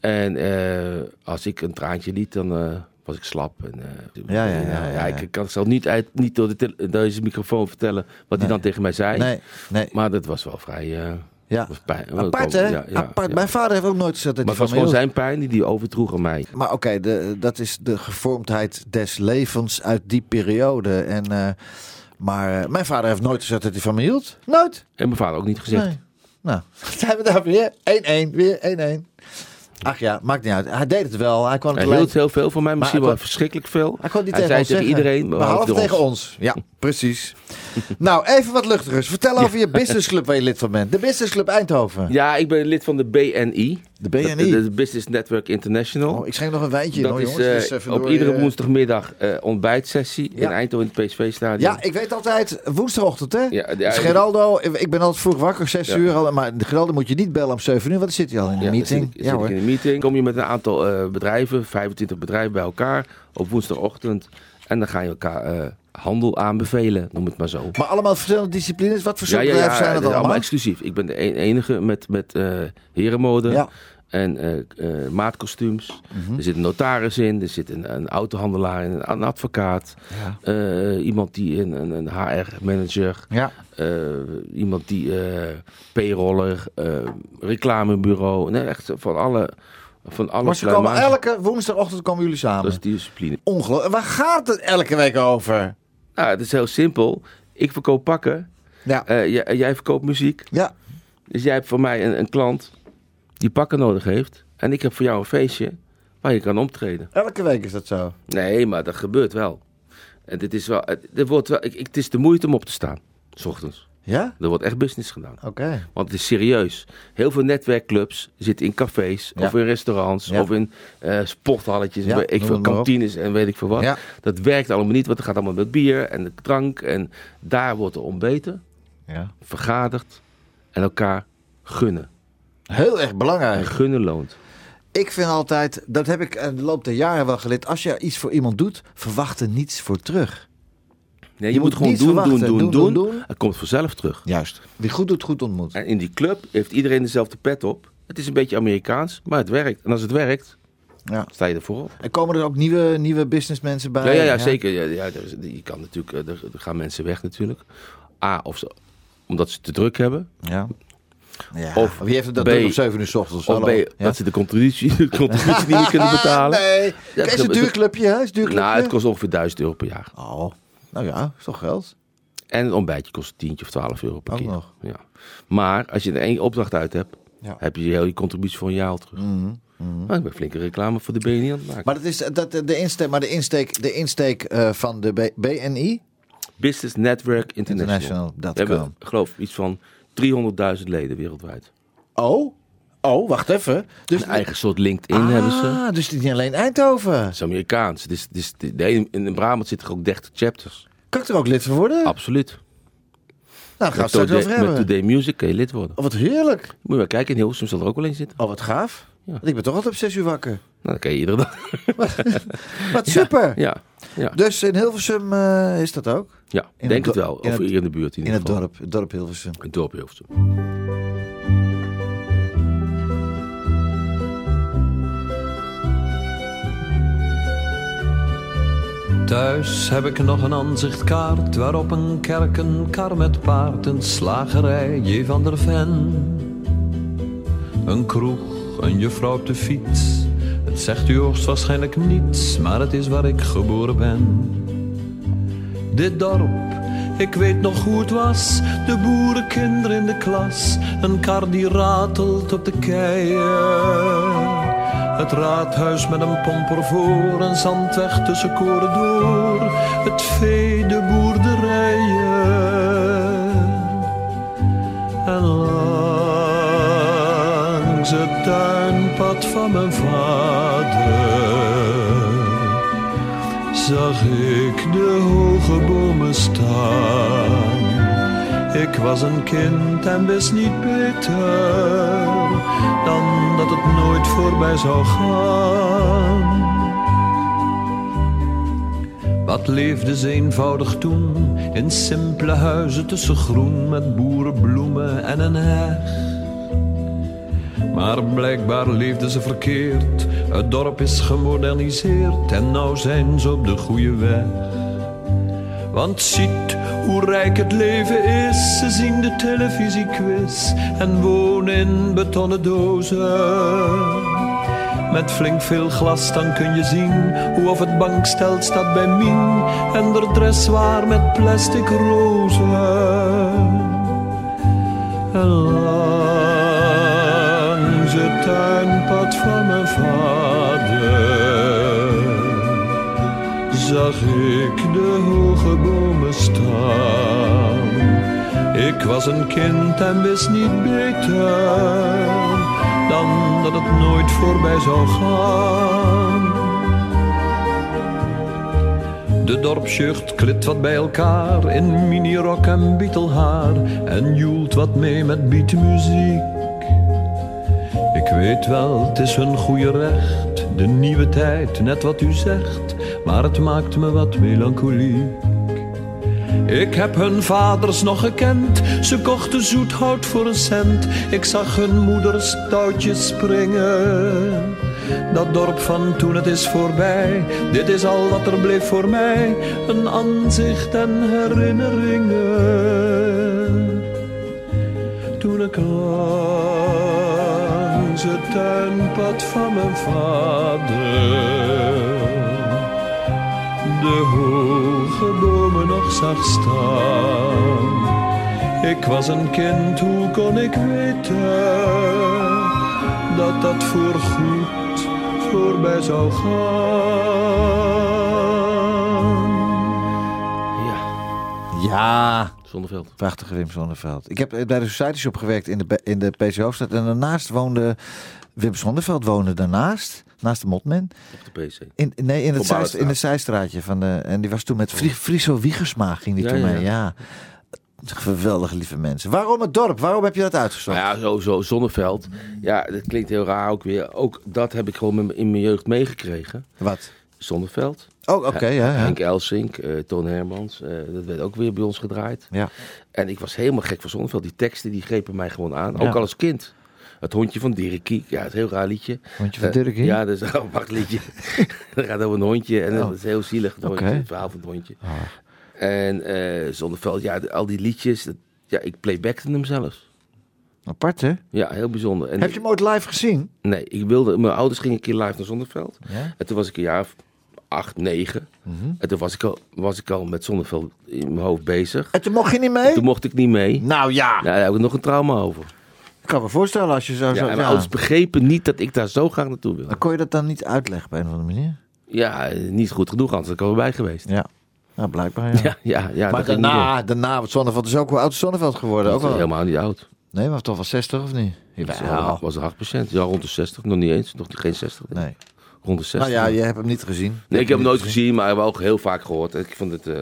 Speaker 4: En eh, als ik een traantje liet, dan eh, was ik slap. En, eh,
Speaker 2: Ja, ja, ja, ja, ja.
Speaker 4: Ik kan het zelf niet, uit, niet door de tele- deze microfoon vertellen wat hij dan tegen mij zei.
Speaker 2: nee, nee.
Speaker 4: Maar dat was wel vrij... eh
Speaker 2: Ja.
Speaker 4: was pijn.
Speaker 2: Apart, hè?
Speaker 4: Ja, ja,
Speaker 2: Apart.
Speaker 4: ja.
Speaker 2: Mijn vader heeft ook nooit gezegd dat
Speaker 4: Maar
Speaker 2: hij
Speaker 4: het was
Speaker 2: van mij
Speaker 4: gewoon
Speaker 2: hield.
Speaker 4: zijn pijn die die overdroeg aan mij.
Speaker 2: Maar oké, de- dat is de gevormdheid des levens uit die periode. En, eh, maar eh, mijn vader heeft nooit gezegd dat hij van me hield. Nooit.
Speaker 4: En mijn vader ook niet gezegd.
Speaker 2: Nee. Nou, zijn we daar weer. 1-1, weer 1-1. Ach ja, maakt niet uit. Hij deed het wel. Hij kwam het
Speaker 4: Hij
Speaker 2: alleen...
Speaker 4: hield heel veel van mij, misschien
Speaker 2: hij
Speaker 4: wel
Speaker 2: kon-
Speaker 4: verschrikkelijk veel.
Speaker 2: Hij kon niet
Speaker 4: hij
Speaker 2: tegen
Speaker 4: zei
Speaker 2: ons
Speaker 4: tegen
Speaker 2: zeggen.
Speaker 4: iedereen,
Speaker 2: behalve tegen ons. Ja, precies. nou, even wat luchtigers. Vertel over je businessclub waar je lid van bent. De businessclub Eindhoven.
Speaker 4: Ja, ik ben lid van de BNI.
Speaker 2: De
Speaker 4: Dat- De,
Speaker 2: BNI.
Speaker 4: de Business Network International.
Speaker 2: Oh, ik schenk nog een wijntje in,
Speaker 4: dat
Speaker 2: hoor,
Speaker 4: is
Speaker 2: jongens.
Speaker 4: eh,
Speaker 2: Dus even
Speaker 4: op
Speaker 2: door
Speaker 4: iedere
Speaker 2: je-
Speaker 4: woensdagmiddag eh, ontbijtsessie
Speaker 2: Ja.
Speaker 4: in Eindhoven in het PSV-stadion.
Speaker 2: Ja, ik weet altijd woensdagochtend, hè?
Speaker 4: Ja, ja,
Speaker 2: Dus Geraldo, ik ben altijd vroeg wakker, 6 uur al. Maar Geraldo moet je niet bellen om 7 uur, want dan zit hij al in een
Speaker 4: Ja, dan
Speaker 2: meeting.
Speaker 4: zit ik-
Speaker 2: ja
Speaker 4: zit ik
Speaker 2: hoor.
Speaker 4: in een meeting. Kom je met een aantal eh, bedrijven, 25 bedrijven bij elkaar op woensdagochtend. En dan ga je elkaar eh, handel aanbevelen, noem het maar zo.
Speaker 2: Maar allemaal verschillende disciplines. Wat voor soort bedrijven zijn
Speaker 4: het
Speaker 2: dat
Speaker 4: is
Speaker 2: allemaal?
Speaker 4: exclusief. Ik ben de e- enige met, met eh, herenmode
Speaker 2: Ja. Mhm.
Speaker 4: en eh, eh, maatkostuums. Er zit een notaris in, er zit een, een autohandelaar in, een, een advocaat. eh, iemand die een, een, een HR-manager.
Speaker 2: Ja.
Speaker 4: eh, iemand die eh, payroller, eh, reclamebureau. Nee, echt van alle... Van alle
Speaker 2: Maar ze
Speaker 4: kleine
Speaker 2: komen
Speaker 4: maatjes.
Speaker 2: elke woensdagochtend komen jullie
Speaker 4: Dat
Speaker 2: samen.
Speaker 4: is die discipline.
Speaker 2: Ongelooflijk. Waar gaat het elke week over?
Speaker 4: Nou, het is heel simpel. Ik verkoop pakken,
Speaker 2: Ja.
Speaker 4: eh, j- jij verkoopt muziek.
Speaker 2: Ja.
Speaker 4: Dus jij hebt voor mij een, een klant die pakken nodig heeft. En ik heb voor jou een feestje waar je kan optreden.
Speaker 2: Elke week is dat zo.
Speaker 4: Nee, maar dat gebeurt wel. En dit is wel, het, er wordt wel ik, ik- het is de moeite om op te staan. S ochtends.
Speaker 2: Ja?
Speaker 4: Er wordt echt business gedaan.
Speaker 2: Oké.
Speaker 4: Want het is serieus. Heel veel netwerkclubs zitten in cafés
Speaker 2: Ja.
Speaker 4: of in restaurants
Speaker 2: Ja.
Speaker 4: of in eh, sporthalletjes.
Speaker 2: Ja,
Speaker 4: weet ik
Speaker 2: noem
Speaker 4: veel
Speaker 2: het maar op.
Speaker 4: kantines en weet ik veel wat.
Speaker 2: Ja.
Speaker 4: Dat werkt allemaal niet, want het gaat allemaal met bier en drank. En daar wordt er ontbeten,
Speaker 2: Ja.
Speaker 4: vergaderd en elkaar gunnen.
Speaker 2: Heel erg
Speaker 4: En
Speaker 2: belangrijk.
Speaker 4: gunnen loont. in
Speaker 2: Ik vind altijd, dat heb ik in de loop der jaren wel geleerd. Als je iets voor iemand doet, verwacht er niets voor terug.
Speaker 4: Nee, je,
Speaker 2: Je
Speaker 4: moet,
Speaker 2: moet
Speaker 4: gewoon
Speaker 2: niet
Speaker 4: doen, doen,
Speaker 2: verwachten.
Speaker 4: doen, doen,
Speaker 2: Doen, doen, doen.
Speaker 4: Het komt vanzelf terug.
Speaker 2: Juist. Wie goed doet, goed ontmoet.
Speaker 4: En in die club heeft iedereen dezelfde pet op. Het is een beetje Amerikaans, maar het werkt. En als het werkt,
Speaker 2: Ja.
Speaker 4: sta je ervoor op.
Speaker 2: En komen er ook nieuwe, nieuwe businessmensen bij?
Speaker 4: Ja, ja, ja zeker. Ja, ja, er is- je kan natuurlijk, eh, er, er gaan mensen weg natuurlijk. A, of ze, omdat ze te druk hebben.
Speaker 2: Ja. Ja.
Speaker 4: Of
Speaker 2: wie heeft het dat
Speaker 4: B,
Speaker 2: druk om 7 uur 's ochtends?
Speaker 4: Of B,
Speaker 2: Hallo. Ja.
Speaker 4: dat ze de contributie, de contributie niet meer kunnen betalen.
Speaker 2: nee. Kijk, het is een
Speaker 4: dat-
Speaker 2: duur clubje, hè? Is het een duur clubje?
Speaker 4: Nou, het kost ongeveer 1000 euro per jaar.
Speaker 2: Oh, nou ja, is toch geld?
Speaker 4: En een ontbijtje kost 10 of 12 euro per
Speaker 2: Ook
Speaker 4: keer.
Speaker 2: nog.
Speaker 4: Ja. Maar als je er één opdracht uit hebt,
Speaker 2: Ja. Mhm,
Speaker 4: heb je heel je contributie voor een jaar al terug. Maar ik ben flinke reclame voor de BNI aan het maken.
Speaker 2: Maar dat is dat, de insteek, maar de insteek, de insteek eh, van de B- BNI.
Speaker 4: Business Network International.
Speaker 2: International.com.
Speaker 4: We hebben, geloof ik, iets van 300.000 leden wereldwijd.
Speaker 2: Oh, oh, wacht even. Dus
Speaker 4: Een eigen soort LinkedIn hebben ze.
Speaker 2: Ah, dus niet alleen Eindhoven.
Speaker 4: Het is Amerikaans. Het is, het is, de hele- in Brabant zitten er ook 30 chapters.
Speaker 2: Kan ik er ook lid van worden?
Speaker 4: Absoluut.
Speaker 2: nou, gaan
Speaker 4: Met
Speaker 2: we het straks
Speaker 4: Today-
Speaker 2: over hebben.
Speaker 4: Met Today Music kun je lid worden.
Speaker 2: Oh, wat heerlijk.
Speaker 4: Moet je maar kijken, in Hilversum zal er ook wel een zitten.
Speaker 2: Oh, wat gaaf.
Speaker 4: Ja.
Speaker 2: Want ik ben toch altijd op 6 uur wakker.
Speaker 4: Nou, dan kan je iedere dag.
Speaker 2: Wat super.
Speaker 4: Ja, ja,
Speaker 2: Dus in Hilversum eh, is dat ook?
Speaker 4: ja.
Speaker 2: In
Speaker 4: denk
Speaker 2: het
Speaker 4: het
Speaker 2: do-
Speaker 4: wel.
Speaker 2: in
Speaker 4: Of
Speaker 2: het-
Speaker 4: hier in de buurt in,
Speaker 2: In
Speaker 4: ieder
Speaker 2: het
Speaker 4: geval.
Speaker 2: dorp, het dorp Hilversum.
Speaker 4: In het dorp Hilversum.
Speaker 8: Thuis heb ik nog een aanzichtkaart waarop een kerk, een kar met paard, een slagerij, J. van der Ven. Een kroeg, een juffrouw op de fiets. Het zegt u hoogstwaarschijnlijk niets, maar het is waar ik geboren ben. Dit dorp Ik weet nog hoe het was, de boerenkinderen in de klas. Een kar die ratelt op de keien. Het raadhuis met een pomper voor, een zandweg tussen koren door. Het vee, de boerderijen en langs het tuinpad van mijn vader zag ik de hoge bomen staan. Ik was een kind en wist niet beter dan dat het nooit voorbij zou gaan. Wat leefde ze eenvoudig toen in simpele huizen tussen groen met boerenbloemen en een heg. Maar blijkbaar leefden ze verkeerd. Het dorp is gemoderniseerd en nou zijn ze op de goede weg. Want ziet hoe rijk het leven is, ze zien de televisiequiz en wonen in betonnen dozen. Met flink veel glas dan kun je zien hoe of het bankstel staat bij Mien en de dressoir met plastic rozen. En langs het tuinpad van mijn vader zag ik de hoge bomen staan. Ik was een kind en wist niet beter dan dat het nooit voorbij zou gaan. De dorpsjucht klit wat bij elkaar in minirok en bietelhaar en joelt wat mee met beatmuziek. Ik weet wel, het is hun goede recht, de nieuwe tijd, net wat u zegt, maar het maakt me wat melancholiek. Ik heb hun vaders nog gekend, ze kochten zoet hout voor een cent. Ik zag hun moeders touwtjes springen. Dat dorp van toen, het is voorbij, dit is al wat er bleef voor mij. Een aanzicht en herinneringen. Toen ik langs het tuinpad van mijn vader de hoge bomen nog zag staan. Ik was een kind, hoe kon ik weten dat dat voorgoed voorbij zou gaan?
Speaker 4: Ja,
Speaker 2: Ja,
Speaker 4: Zonneveld.
Speaker 2: prachtige Wim Sonneveld. Ik heb eh, bij de Society Shop gewerkt in de, Be- in de PC Hoofdstad. En daarnaast woonde Wim Sonneveld woonde daarnaast, naast de Motman.
Speaker 4: Op de PC.
Speaker 2: In, nee, in het,
Speaker 4: Voorbouwde
Speaker 2: zij, in het zijstraatje. Van de, en die was toen met Fri- Friso Wiegersma ging die
Speaker 4: Ja,
Speaker 2: toen
Speaker 4: ja.
Speaker 2: mee. Ja. Geweldig lieve mensen. Waarom het dorp? Waarom heb je dat uitgezocht?
Speaker 4: Nou ja, sowieso Zonneveld. Ja, dat klinkt heel raar ook weer. Ook dat heb ik gewoon in mijn- in mijn jeugd meegekregen.
Speaker 2: Wat?
Speaker 4: Zonneveld.
Speaker 2: Oh, oké. ja, ja.
Speaker 4: Henk Elsink, eh Toon Hermans. eh, dat werd ook weer bij ons gedraaid.
Speaker 2: Ja.
Speaker 4: En ik was helemaal gek van Zonneveld. Die teksten die grepen mij gewoon aan.
Speaker 2: Ja.
Speaker 4: Ook al als kind. Het hondje van Dirkie. Ja, het is een heel raar liedje.
Speaker 2: Hondje van
Speaker 4: Eh,
Speaker 2: Dirkie?
Speaker 4: ja, dat is een apart liedje. dat gaat over een hondje. En dat is heel zielig. Het, hondje,
Speaker 2: Oh. Oké. Ah.
Speaker 4: het verhaal van het hondje. En eh, Zonneveld, ja, de- al die liedjes. dat- ja, ik playbackte hem zelfs.
Speaker 2: Apart, hè?
Speaker 4: Ja, heel bijzonder. En
Speaker 2: Heb je hem ooit live gezien?
Speaker 4: Nee, ik wilde, mijn ouders gingen een keer live naar Zonneveld.
Speaker 2: Ja. Mhm.
Speaker 4: En toen was ik een jaar of acht, negen. En toen was ik, al, was ik al met Zonneveld in mijn hoofd bezig.
Speaker 2: En Eh, toen mocht je niet mee?
Speaker 4: Toen mocht ik niet mee.
Speaker 2: Nou ja.
Speaker 4: Nou, daar heb ik nog een trauma over.
Speaker 2: Ik kan me voorstellen als je zo...
Speaker 4: Ja,
Speaker 2: zo
Speaker 4: en mijn
Speaker 2: ja.
Speaker 4: ouders begrepen niet dat ik daar zo graag naartoe wilde.
Speaker 2: Dan kon je dat dan niet uitleggen op een of andere manier?
Speaker 4: Ja, eh, niet goed genoeg, anders had ik er bij geweest.
Speaker 2: Ja. Nou, blijkbaar, ja.
Speaker 4: Ja, ja, ja.
Speaker 2: maar
Speaker 4: dat ging niet
Speaker 2: daarna, daarna, want Zonneveld is ook hoe oud is Zonneveld geworden?
Speaker 4: door.
Speaker 2: Ook
Speaker 4: Ik was
Speaker 2: wel.
Speaker 4: helemaal niet oud.
Speaker 2: Nee, maar toch wel 60 of niet? Jawel.
Speaker 4: Ja, ik was een hartpatiënt. Ja, rond de 60. Nog niet eens. Nog geen 60.
Speaker 2: Nee.
Speaker 4: Rond de 60.
Speaker 2: Nou ja, je hebt hem niet gezien.
Speaker 4: Nee, ik heb hem nooit gezien, maar ik heb hem ook heel vaak gehoord. Ik vond het eh,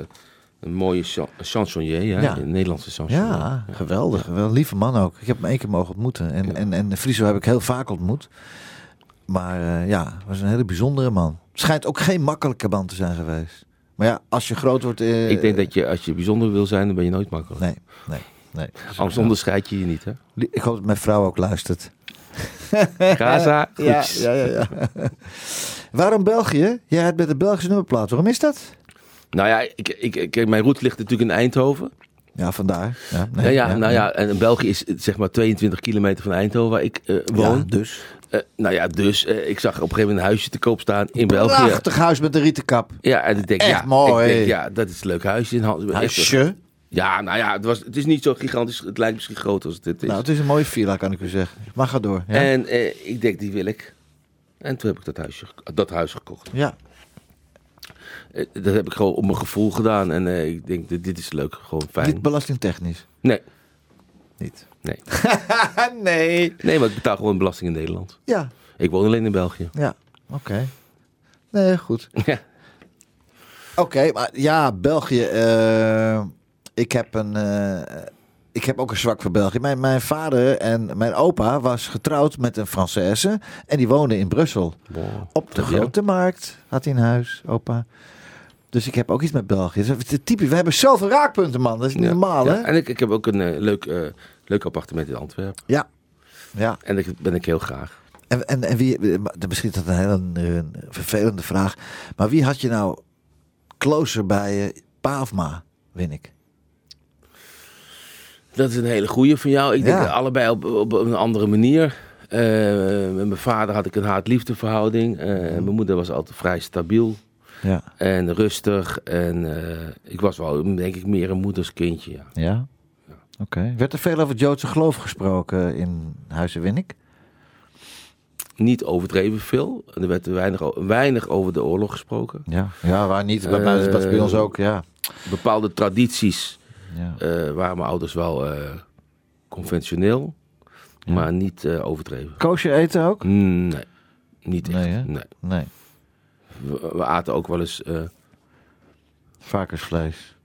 Speaker 4: een mooie chan- een chansonnier, ja,
Speaker 2: Ja.
Speaker 4: een Nederlandse chansonnier.
Speaker 2: Ja, geweldig. Wel een lieve man ook. Ik heb hem één keer mogen ontmoeten. En, en, en Friso heb ik heel vaak ontmoet. Maar eh, ja, was een hele bijzondere man. Schijnt ook geen makkelijke man te zijn geweest. Maar ja, als je groot wordt... eh,
Speaker 4: Ik denk dat je, als je bijzonder wil zijn, dan ben je nooit makkelijk.
Speaker 2: Nee, nee, nee.
Speaker 4: Anders onderscheid je je niet, hè?
Speaker 2: Ik hoop dat mijn vrouw ook luistert.
Speaker 4: Gaza,
Speaker 2: Ja,
Speaker 4: groetjes.
Speaker 2: ja, ja. ja. Waarom België? Jij hebt met de Belgische nummerplaat. Waarom is dat?
Speaker 4: Nou ja, ik, ik, ik- mijn route ligt natuurlijk in Eindhoven.
Speaker 2: Ja, vandaar. Ja, nee,
Speaker 4: Ja, ja, nou ja, en België is eh, zeg maar 22 kilometer van Eindhoven, waar ik eh, woon.
Speaker 2: Ja, dus.
Speaker 4: Eh, nou ja, dus eh, ik zag op een gegeven moment een huisje te koop staan in België.
Speaker 2: Prachtig huis met de rietenkap.
Speaker 4: Ja, en ik denk,
Speaker 2: Echt
Speaker 4: ja,
Speaker 2: mooi.
Speaker 4: Ik denk, ja, dat is een leuk huisje. in Hans- echt een-
Speaker 2: Huisje.
Speaker 4: Ja, nou ja, het, was, het is niet zo gigantisch. Het lijkt misschien groter als dit is.
Speaker 2: Nou, het is een mooie villa, kan ik u zeggen. Maar ga door. Ja.
Speaker 4: En eh, ik denk, die wil ik. En toen heb ik dat, huisje, gek- dat huis gekocht.
Speaker 2: ja.
Speaker 4: Eh, Dat heb ik gewoon op mijn gevoel gedaan. En eh, ik denk, dit- dit is leuk. Gewoon fijn.
Speaker 2: Niet belastingtechnisch.
Speaker 4: Nee,
Speaker 2: Niet.
Speaker 4: nee.
Speaker 2: nee.
Speaker 4: Nee, maar ik betaal gewoon belasting in Nederland.
Speaker 2: Ja,
Speaker 4: Ik woon alleen in België.
Speaker 2: ja. Oké. Nee, goed.
Speaker 4: Ja.
Speaker 2: Oké, maar ja, België. eh, ik heb een. eh, ik heb ook een zwak voor België. Mijn, mijn vader en mijn opa was getrouwd met een Française. En die woonde in Brussel.
Speaker 4: Wow.
Speaker 2: Op de
Speaker 4: Ja.
Speaker 2: grote markt had hij een huis, opa. Dus ik heb ook iets met België. Het is Typisch, we hebben zoveel raakpunten, man. Dat is niet
Speaker 4: Ja,
Speaker 2: normaal,
Speaker 4: ja.
Speaker 2: hè?
Speaker 4: En ik, ik heb ook een eh, leuk, eh, leuk appartement in Antwerpen.
Speaker 2: Ja. ja.
Speaker 4: En dat ben ik heel graag.
Speaker 2: En, en, en wie, misschien is dat een hele eh, vervelende vraag. Maar wie had je nou closer bij je? Pa of ma, win ik.
Speaker 4: Dat is een hele goeie van jou. Ik denk
Speaker 2: Ja.
Speaker 4: dat allebei op, op een andere manier. Eh, met mijn vader had ik een haat-liefde verhouding. Eh,
Speaker 2: Mhm.
Speaker 4: Mijn moeder was altijd vrij stabiel
Speaker 2: Ja.
Speaker 4: en rustig. En eh, ik was wel, denk ik, meer een moederskindje. Ja.
Speaker 2: Ja? Oké. Werd er veel over het Joodse geloof gesproken in Huizen Winnik?
Speaker 4: Niet overdreven veel. Er werd weinig, o- weinig over de oorlog gesproken.
Speaker 2: Ja. Ja, waar niet? Bij
Speaker 4: Eh,
Speaker 2: mij is dat bij ons ook, ja.
Speaker 4: Bepaalde tradities
Speaker 2: ja.
Speaker 4: eh, waren mijn ouders wel eh, conventioneel, maar niet eh, overdreven.
Speaker 2: Koosje eten ook?
Speaker 4: Nee, niet echt.
Speaker 2: Nee, hè?
Speaker 4: Nee,
Speaker 2: Nee.
Speaker 4: We, we aten ook wel eens, eh,
Speaker 2: Varkensvlees.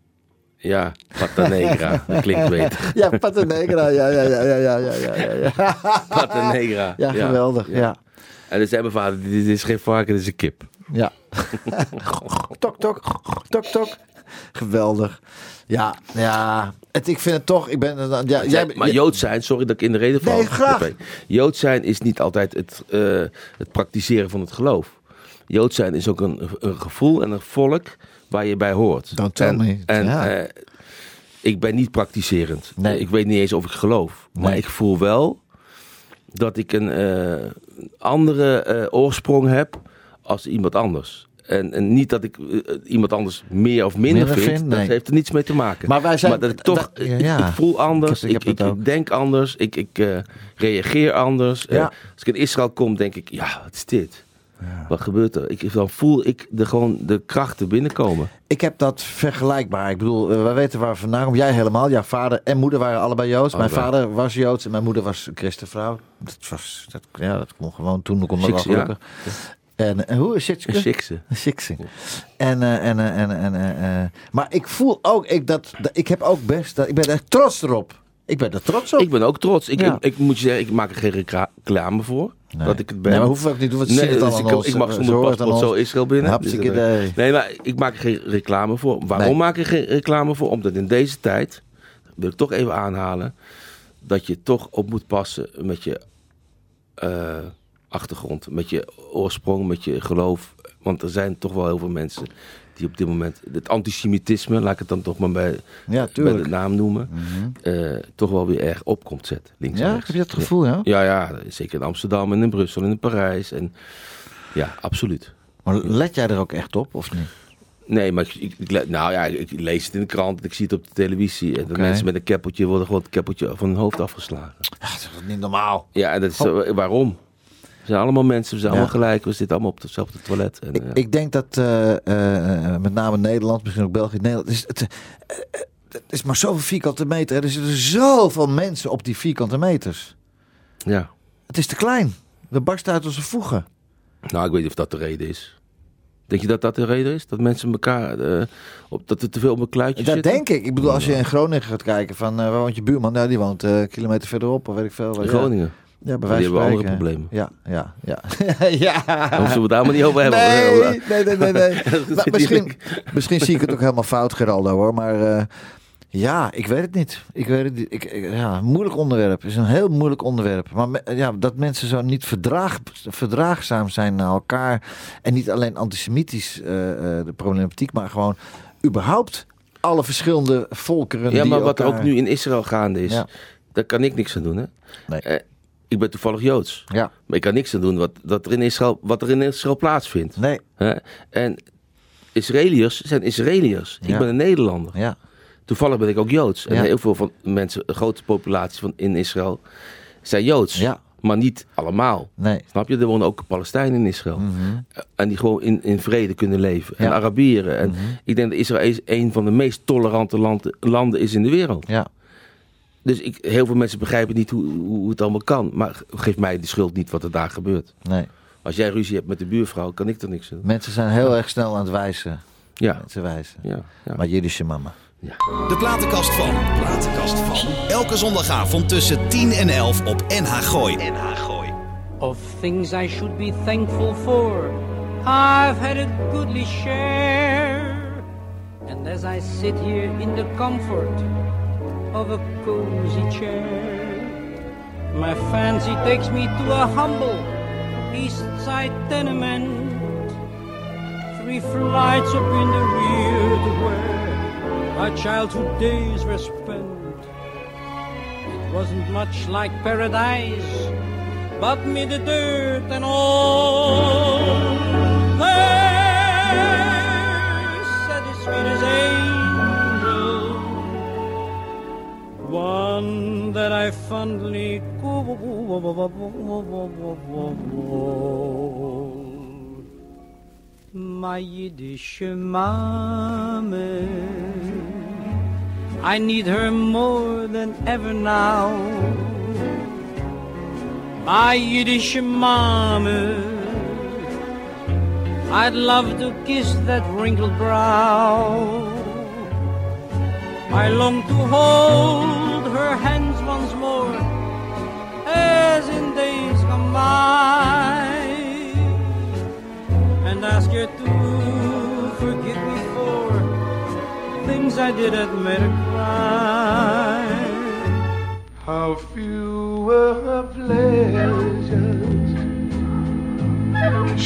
Speaker 4: ja, pata negra. dat klinkt beter.
Speaker 2: Ja, pata negra. Ja, ja, ja, ja, ja, ja, ja, ja, ja.
Speaker 4: Pata negra.
Speaker 2: Ja, geweldig. Ja.
Speaker 4: En dan zei mijn vader, dit is geen varken, dit is een kip.
Speaker 2: Ja. tok, tok. Tok, tok. Geweldig. Ja, ja. Het, ik vind het toch, ik ben... eh, Ja, jij,
Speaker 4: maar
Speaker 2: jij-
Speaker 4: Jood zijn, sorry dat ik in de reden val.
Speaker 2: Nee, graag.
Speaker 4: Pepe. Jood zijn is niet altijd het, eh, het praktiseren van het geloof. Jood zijn is ook een, een gevoel en een volk waar je bij hoort.
Speaker 2: Don't Nou, tell
Speaker 4: en,
Speaker 2: me.
Speaker 4: En
Speaker 2: Ja.
Speaker 4: eh, ik ben niet praktiserend.
Speaker 2: Nee.
Speaker 4: Ik weet niet eens of ik geloof. Maar
Speaker 2: Nee.
Speaker 4: ik voel wel dat ik een eh, andere eh, oorsprong heb als iemand anders. En, en niet dat ik eh, iemand anders meer of minder,
Speaker 2: Minder
Speaker 4: vind.
Speaker 2: vind, nee.
Speaker 4: Dat heeft er niets mee te maken.
Speaker 2: Maar wij zijn-
Speaker 4: dat ik toch,
Speaker 2: dat-
Speaker 4: ik-
Speaker 2: ja.
Speaker 4: ik voel anders.
Speaker 2: Ik
Speaker 4: Ik,
Speaker 2: heb- ik heb
Speaker 4: ik,
Speaker 2: dat
Speaker 4: ik
Speaker 2: ook.
Speaker 4: denk anders. Ik, ik eh, reageer anders. Eh,
Speaker 2: Ja.
Speaker 4: als ik in Israël kom, denk ik, ja, wat is dit? Wat gebeurt er? Ik, dan voel ik de, gewoon de krachten binnenkomen.
Speaker 2: Ik heb dat vergelijkbaar. Ik bedoel, eh, wij weten waar we vandaan komt. Jij helemaal. Jouw vader en moeder waren allebei Joods. Mijn
Speaker 4: Allebei.
Speaker 2: vader was Joods en mijn moeder was christenvrouw. Dat was, dat, ja, dat kon gewoon toen. Kon dat wel
Speaker 4: Sikse, ja.
Speaker 2: gelukkig. En, en hoe is
Speaker 4: Een
Speaker 2: Sitske?
Speaker 4: sikse.
Speaker 2: Siksing. En, eh, en, eh, en, en, eh, eh, maar ik voel ook, ik, dat, dat- ik heb ook best, dat, ik ben er trots erop. Ik ben er trots op.
Speaker 4: Ik ben ook trots. Ik,
Speaker 2: Ja.
Speaker 4: ik, ik moet je zeggen, ik maak er geen recla- reclame voor.
Speaker 2: Nee.
Speaker 4: Dat ik het ben.
Speaker 2: Nee, maar hoeven we ook niet te doen, want ze zien het al
Speaker 4: dus
Speaker 2: aan
Speaker 4: ik,
Speaker 2: ons.
Speaker 4: ik mag
Speaker 2: Ze
Speaker 4: zonder
Speaker 2: horen het aan
Speaker 4: paspoort zo
Speaker 2: ons.
Speaker 4: Israël binnen.
Speaker 2: Hartstikke
Speaker 4: Dus dat-
Speaker 2: idee.
Speaker 4: nee, maar ik maak er geen reclame voor. Waarom
Speaker 2: Nee.
Speaker 4: maak ik er geen reclame voor? Omdat in deze tijd, dat wil ik toch even aanhalen, dat je toch op moet passen met je eh, achtergrond, met je oorsprong, met je geloof. Want er zijn toch wel heel veel mensen die op dit moment het antisemitisme, laat ik het dan toch maar bij,
Speaker 2: Ja,
Speaker 4: bij
Speaker 2: tuurlijk. Mhm.
Speaker 4: de naam noemen, eh, toch wel weer erg op komt zetten. Links en
Speaker 2: ja,
Speaker 4: rechts.
Speaker 2: heb je dat gevoel, ja?
Speaker 4: Ja, ja, zeker in Amsterdam en in Brussel en in Parijs. En, ja, absoluut.
Speaker 2: Maar let jij er ook echt op, of niet?
Speaker 4: Nee, maar ik, ik, ik le- nou ja, ik lees het in de krant, ik zie het op de televisie. En
Speaker 2: Oké.
Speaker 4: de mensen met een keppeltje worden gewoon het keppeltje van hun hoofd afgeslagen.
Speaker 2: Ja, dat is toch niet normaal.
Speaker 4: Ja, en dat is, eh, waarom? We zijn allemaal mensen, we zijn
Speaker 2: Ja.
Speaker 4: allemaal gelijk, we zitten allemaal op hetzelfde toilet. En,
Speaker 2: Ik,
Speaker 4: eh,
Speaker 2: ik denk dat eh, eh, eh, met name Nederland, misschien ook België, Nederland, is, het, eh, eh, het is maar zoveel vierkante meter. En er zitten zoveel mensen op die vierkante meters.
Speaker 4: ja.
Speaker 2: Het is te klein. We barsten uit onze voegen.
Speaker 4: Nou, ik weet niet of dat de reden is. Denk je dat dat de reden is? Dat mensen elkaar, eh, op, dat er te veel op een kluitje
Speaker 2: Dat
Speaker 4: zitten?
Speaker 2: denk ik. Ik bedoel, als je in Groningen gaat kijken van eh, waar woont je buurman? Nou, die woont eh, een kilometer verderop of weet ik veel. waar-
Speaker 4: In Groningen.
Speaker 2: Ja, ja bij
Speaker 4: Maar
Speaker 2: wijze
Speaker 4: die
Speaker 2: van
Speaker 4: hebben andere
Speaker 2: spreken.
Speaker 4: problemen.
Speaker 2: Ja, ja, ja.
Speaker 4: Dan
Speaker 2: ja.
Speaker 4: hoeven we het daar maar niet over hebben.
Speaker 2: Nee, nee, nee, nee. nee.
Speaker 4: Dat
Speaker 2: Maar
Speaker 4: is
Speaker 2: misschien,
Speaker 4: natuurlijk-
Speaker 2: misschien zie ik het ook helemaal fout, Geraldo, hoor. Maar eh, ja, ik weet het niet. Ik weet het niet. Ik, ik- ja, moeilijk onderwerp. Het is een heel moeilijk onderwerp. Maar me- ja, dat mensen zo niet verdraag, verdraagzaam zijn naar elkaar. En niet alleen antisemitisch eh, eh, de problematiek, maar gewoon überhaupt alle verschillende volkeren.
Speaker 4: Ja,
Speaker 2: die
Speaker 4: maar wat er
Speaker 2: elkaar-
Speaker 4: ook nu in Israël gaande is,
Speaker 2: Ja.
Speaker 4: daar kan ik niks aan doen. Hè?
Speaker 2: Nee.
Speaker 4: Eh, ik ben toevallig Joods.
Speaker 2: Ja,
Speaker 4: Maar ik kan niks aan doen wat, dat er in Israël, wat er in Israël plaatsvindt.
Speaker 2: nee.
Speaker 4: Hè? En Israëliërs zijn Israëliërs.
Speaker 2: Ja.
Speaker 4: Ik ben een Nederlander.
Speaker 2: Ja,
Speaker 4: Toevallig ben ik ook Joods. En
Speaker 2: Ja.
Speaker 4: heel veel van mensen, een grote populatie van in Israël, zijn Joods.
Speaker 2: Ja.
Speaker 4: Maar niet allemaal.
Speaker 2: Nee.
Speaker 4: Snap je? Er wonen ook Palestijnen in Israël. En die gewoon in, in vrede kunnen leven.
Speaker 2: Mhm. Ja. Mhm.
Speaker 4: En Arabieren. En ik denk dat Israël is een van de meest tolerante landen, landen is in de wereld.
Speaker 2: Ja.
Speaker 4: Dus ik, heel veel mensen begrijpen niet hoe, hoe hoe het allemaal kan. Maar ge- geef mij de schuld niet wat er daar gebeurt.
Speaker 2: Nee.
Speaker 4: Als jij ruzie hebt met de buurvrouw, kan ik er niks aan doen.
Speaker 2: Mensen zijn heel erg snel aan het wijzen.
Speaker 4: Ja.
Speaker 2: Mensen wijzen.
Speaker 4: ja, ja.
Speaker 2: Maar Jiddische mama.
Speaker 1: De platenkast van. Platenkast van. Elke zondagavond tussen 10 en 11 op NH Gooi. NH Gooi.
Speaker 10: of things I should be thankful for. I've had a goodly share. And as I sit here in the comfort of a cozy chair, my fancy takes me to a humble east side tenement. Three flights up in the rear to where our childhood days were spent. It wasn't much like paradise but me the dirt and all. There sat as sweet as angel, one that I fondly call my Yiddish mama. I need her more than ever now. My Yiddish mama. I'd love to kiss that wrinkled brow. I long to hold her hands once more, as in days gone by, and ask her to forgive me for things I did that made her cry.
Speaker 11: How few were her pleasures.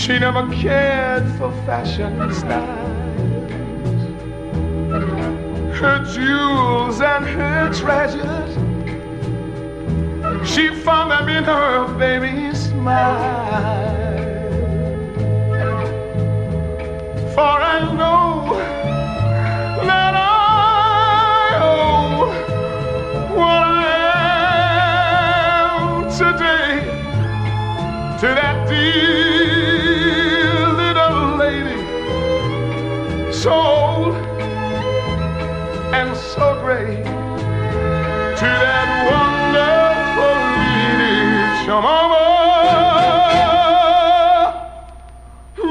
Speaker 11: She never cared for fashion styles. Her jewels and her treasures. She found them in her baby's smile. For I know that I owe what I am today to that dear little lady, so old and so great, to that wonderful lady, Shamama.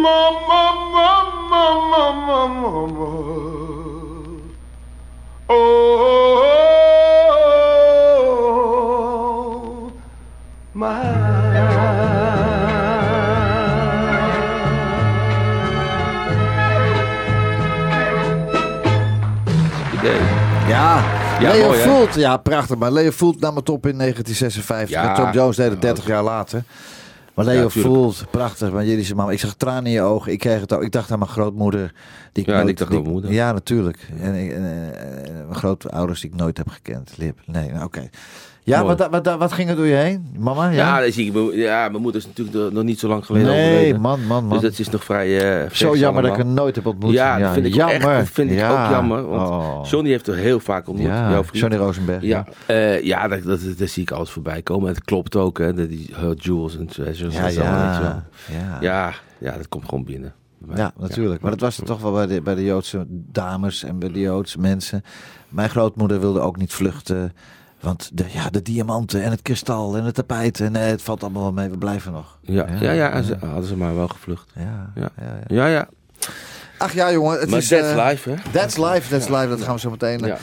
Speaker 11: Mama, mama, mama, mama. Oh, my.
Speaker 4: idee.
Speaker 2: Ja,
Speaker 4: Ja,
Speaker 2: Ah, Leo
Speaker 4: mooi, hè?
Speaker 2: Voelt. Ja, prachtig. Maar Leo Voelt nam het op in 1956.
Speaker 4: Ja.
Speaker 2: En Tom Jones deed het 30 jaar later. Maar Leo
Speaker 4: Ja, tuurlijk.
Speaker 2: Voelt, prachtig. Maar Jiddische mama. Ik zag tranen in je ogen. Ik kreeg het ook. Ik dacht aan mijn grootmoeder. Die
Speaker 4: Ja, en
Speaker 2: nooit-
Speaker 4: ik dacht
Speaker 2: die-
Speaker 4: grootmoeder.
Speaker 2: Ja, natuurlijk. En, ik- en, eh, eh, mijn grootouders die ik nooit heb gekend. Lip. Nee, nou, oké. Ja,
Speaker 4: Mooi.
Speaker 2: wat, wat, wat, wat ging er door je heen? Mama?
Speaker 4: Ja,
Speaker 2: Ja,
Speaker 4: dan zie ik, mijn- ja, mijn moeder is natuurlijk nog- nog niet zo lang geleden
Speaker 2: nee,
Speaker 4: overleden.
Speaker 2: man, man, man.
Speaker 4: Dus dat is nog vrij... eh
Speaker 2: Zo jammer dat ik hem nooit heb ontmoet.
Speaker 4: Ja, dat vind ik,
Speaker 2: jammer.
Speaker 4: Echt, vind ik
Speaker 2: Ja.
Speaker 4: ook jammer. Want
Speaker 2: Oh.
Speaker 4: Johnny heeft er heel vaak ontmoet.
Speaker 2: Ja,
Speaker 4: jouw vriend.
Speaker 2: Johnny Rosenberg.
Speaker 4: Ja, eh, ja dat, dat, dat zie ik alles voorbij komen. En het klopt ook, hè. dat Die eh, jewels en treasures
Speaker 2: Ja,
Speaker 4: en zo. weet je wel.
Speaker 2: ja, ja.
Speaker 4: ja, ja, dat komt gewoon binnen. Maar-
Speaker 2: Ja, natuurlijk. Maar dat was het toch wel bij de, bij de Joodse dames en bij de Joodse mensen. Mijn grootmoeder wilde ook niet vluchten. Want de, ja, de diamanten en het kristal en het tapijt. En, nee, het valt allemaal wel mee. We blijven nog.
Speaker 4: Ja, ja, ja, en ze- hadden ze maar wel gevlucht.
Speaker 2: Ja.
Speaker 4: Ja, ja. ja,
Speaker 2: Ach ja, jongen. Het
Speaker 4: Maar
Speaker 2: is,
Speaker 4: that's
Speaker 2: eh,
Speaker 4: life, hè.
Speaker 2: That's life, that's life. Dat gaan we zo meteen. eh.
Speaker 4: Ja.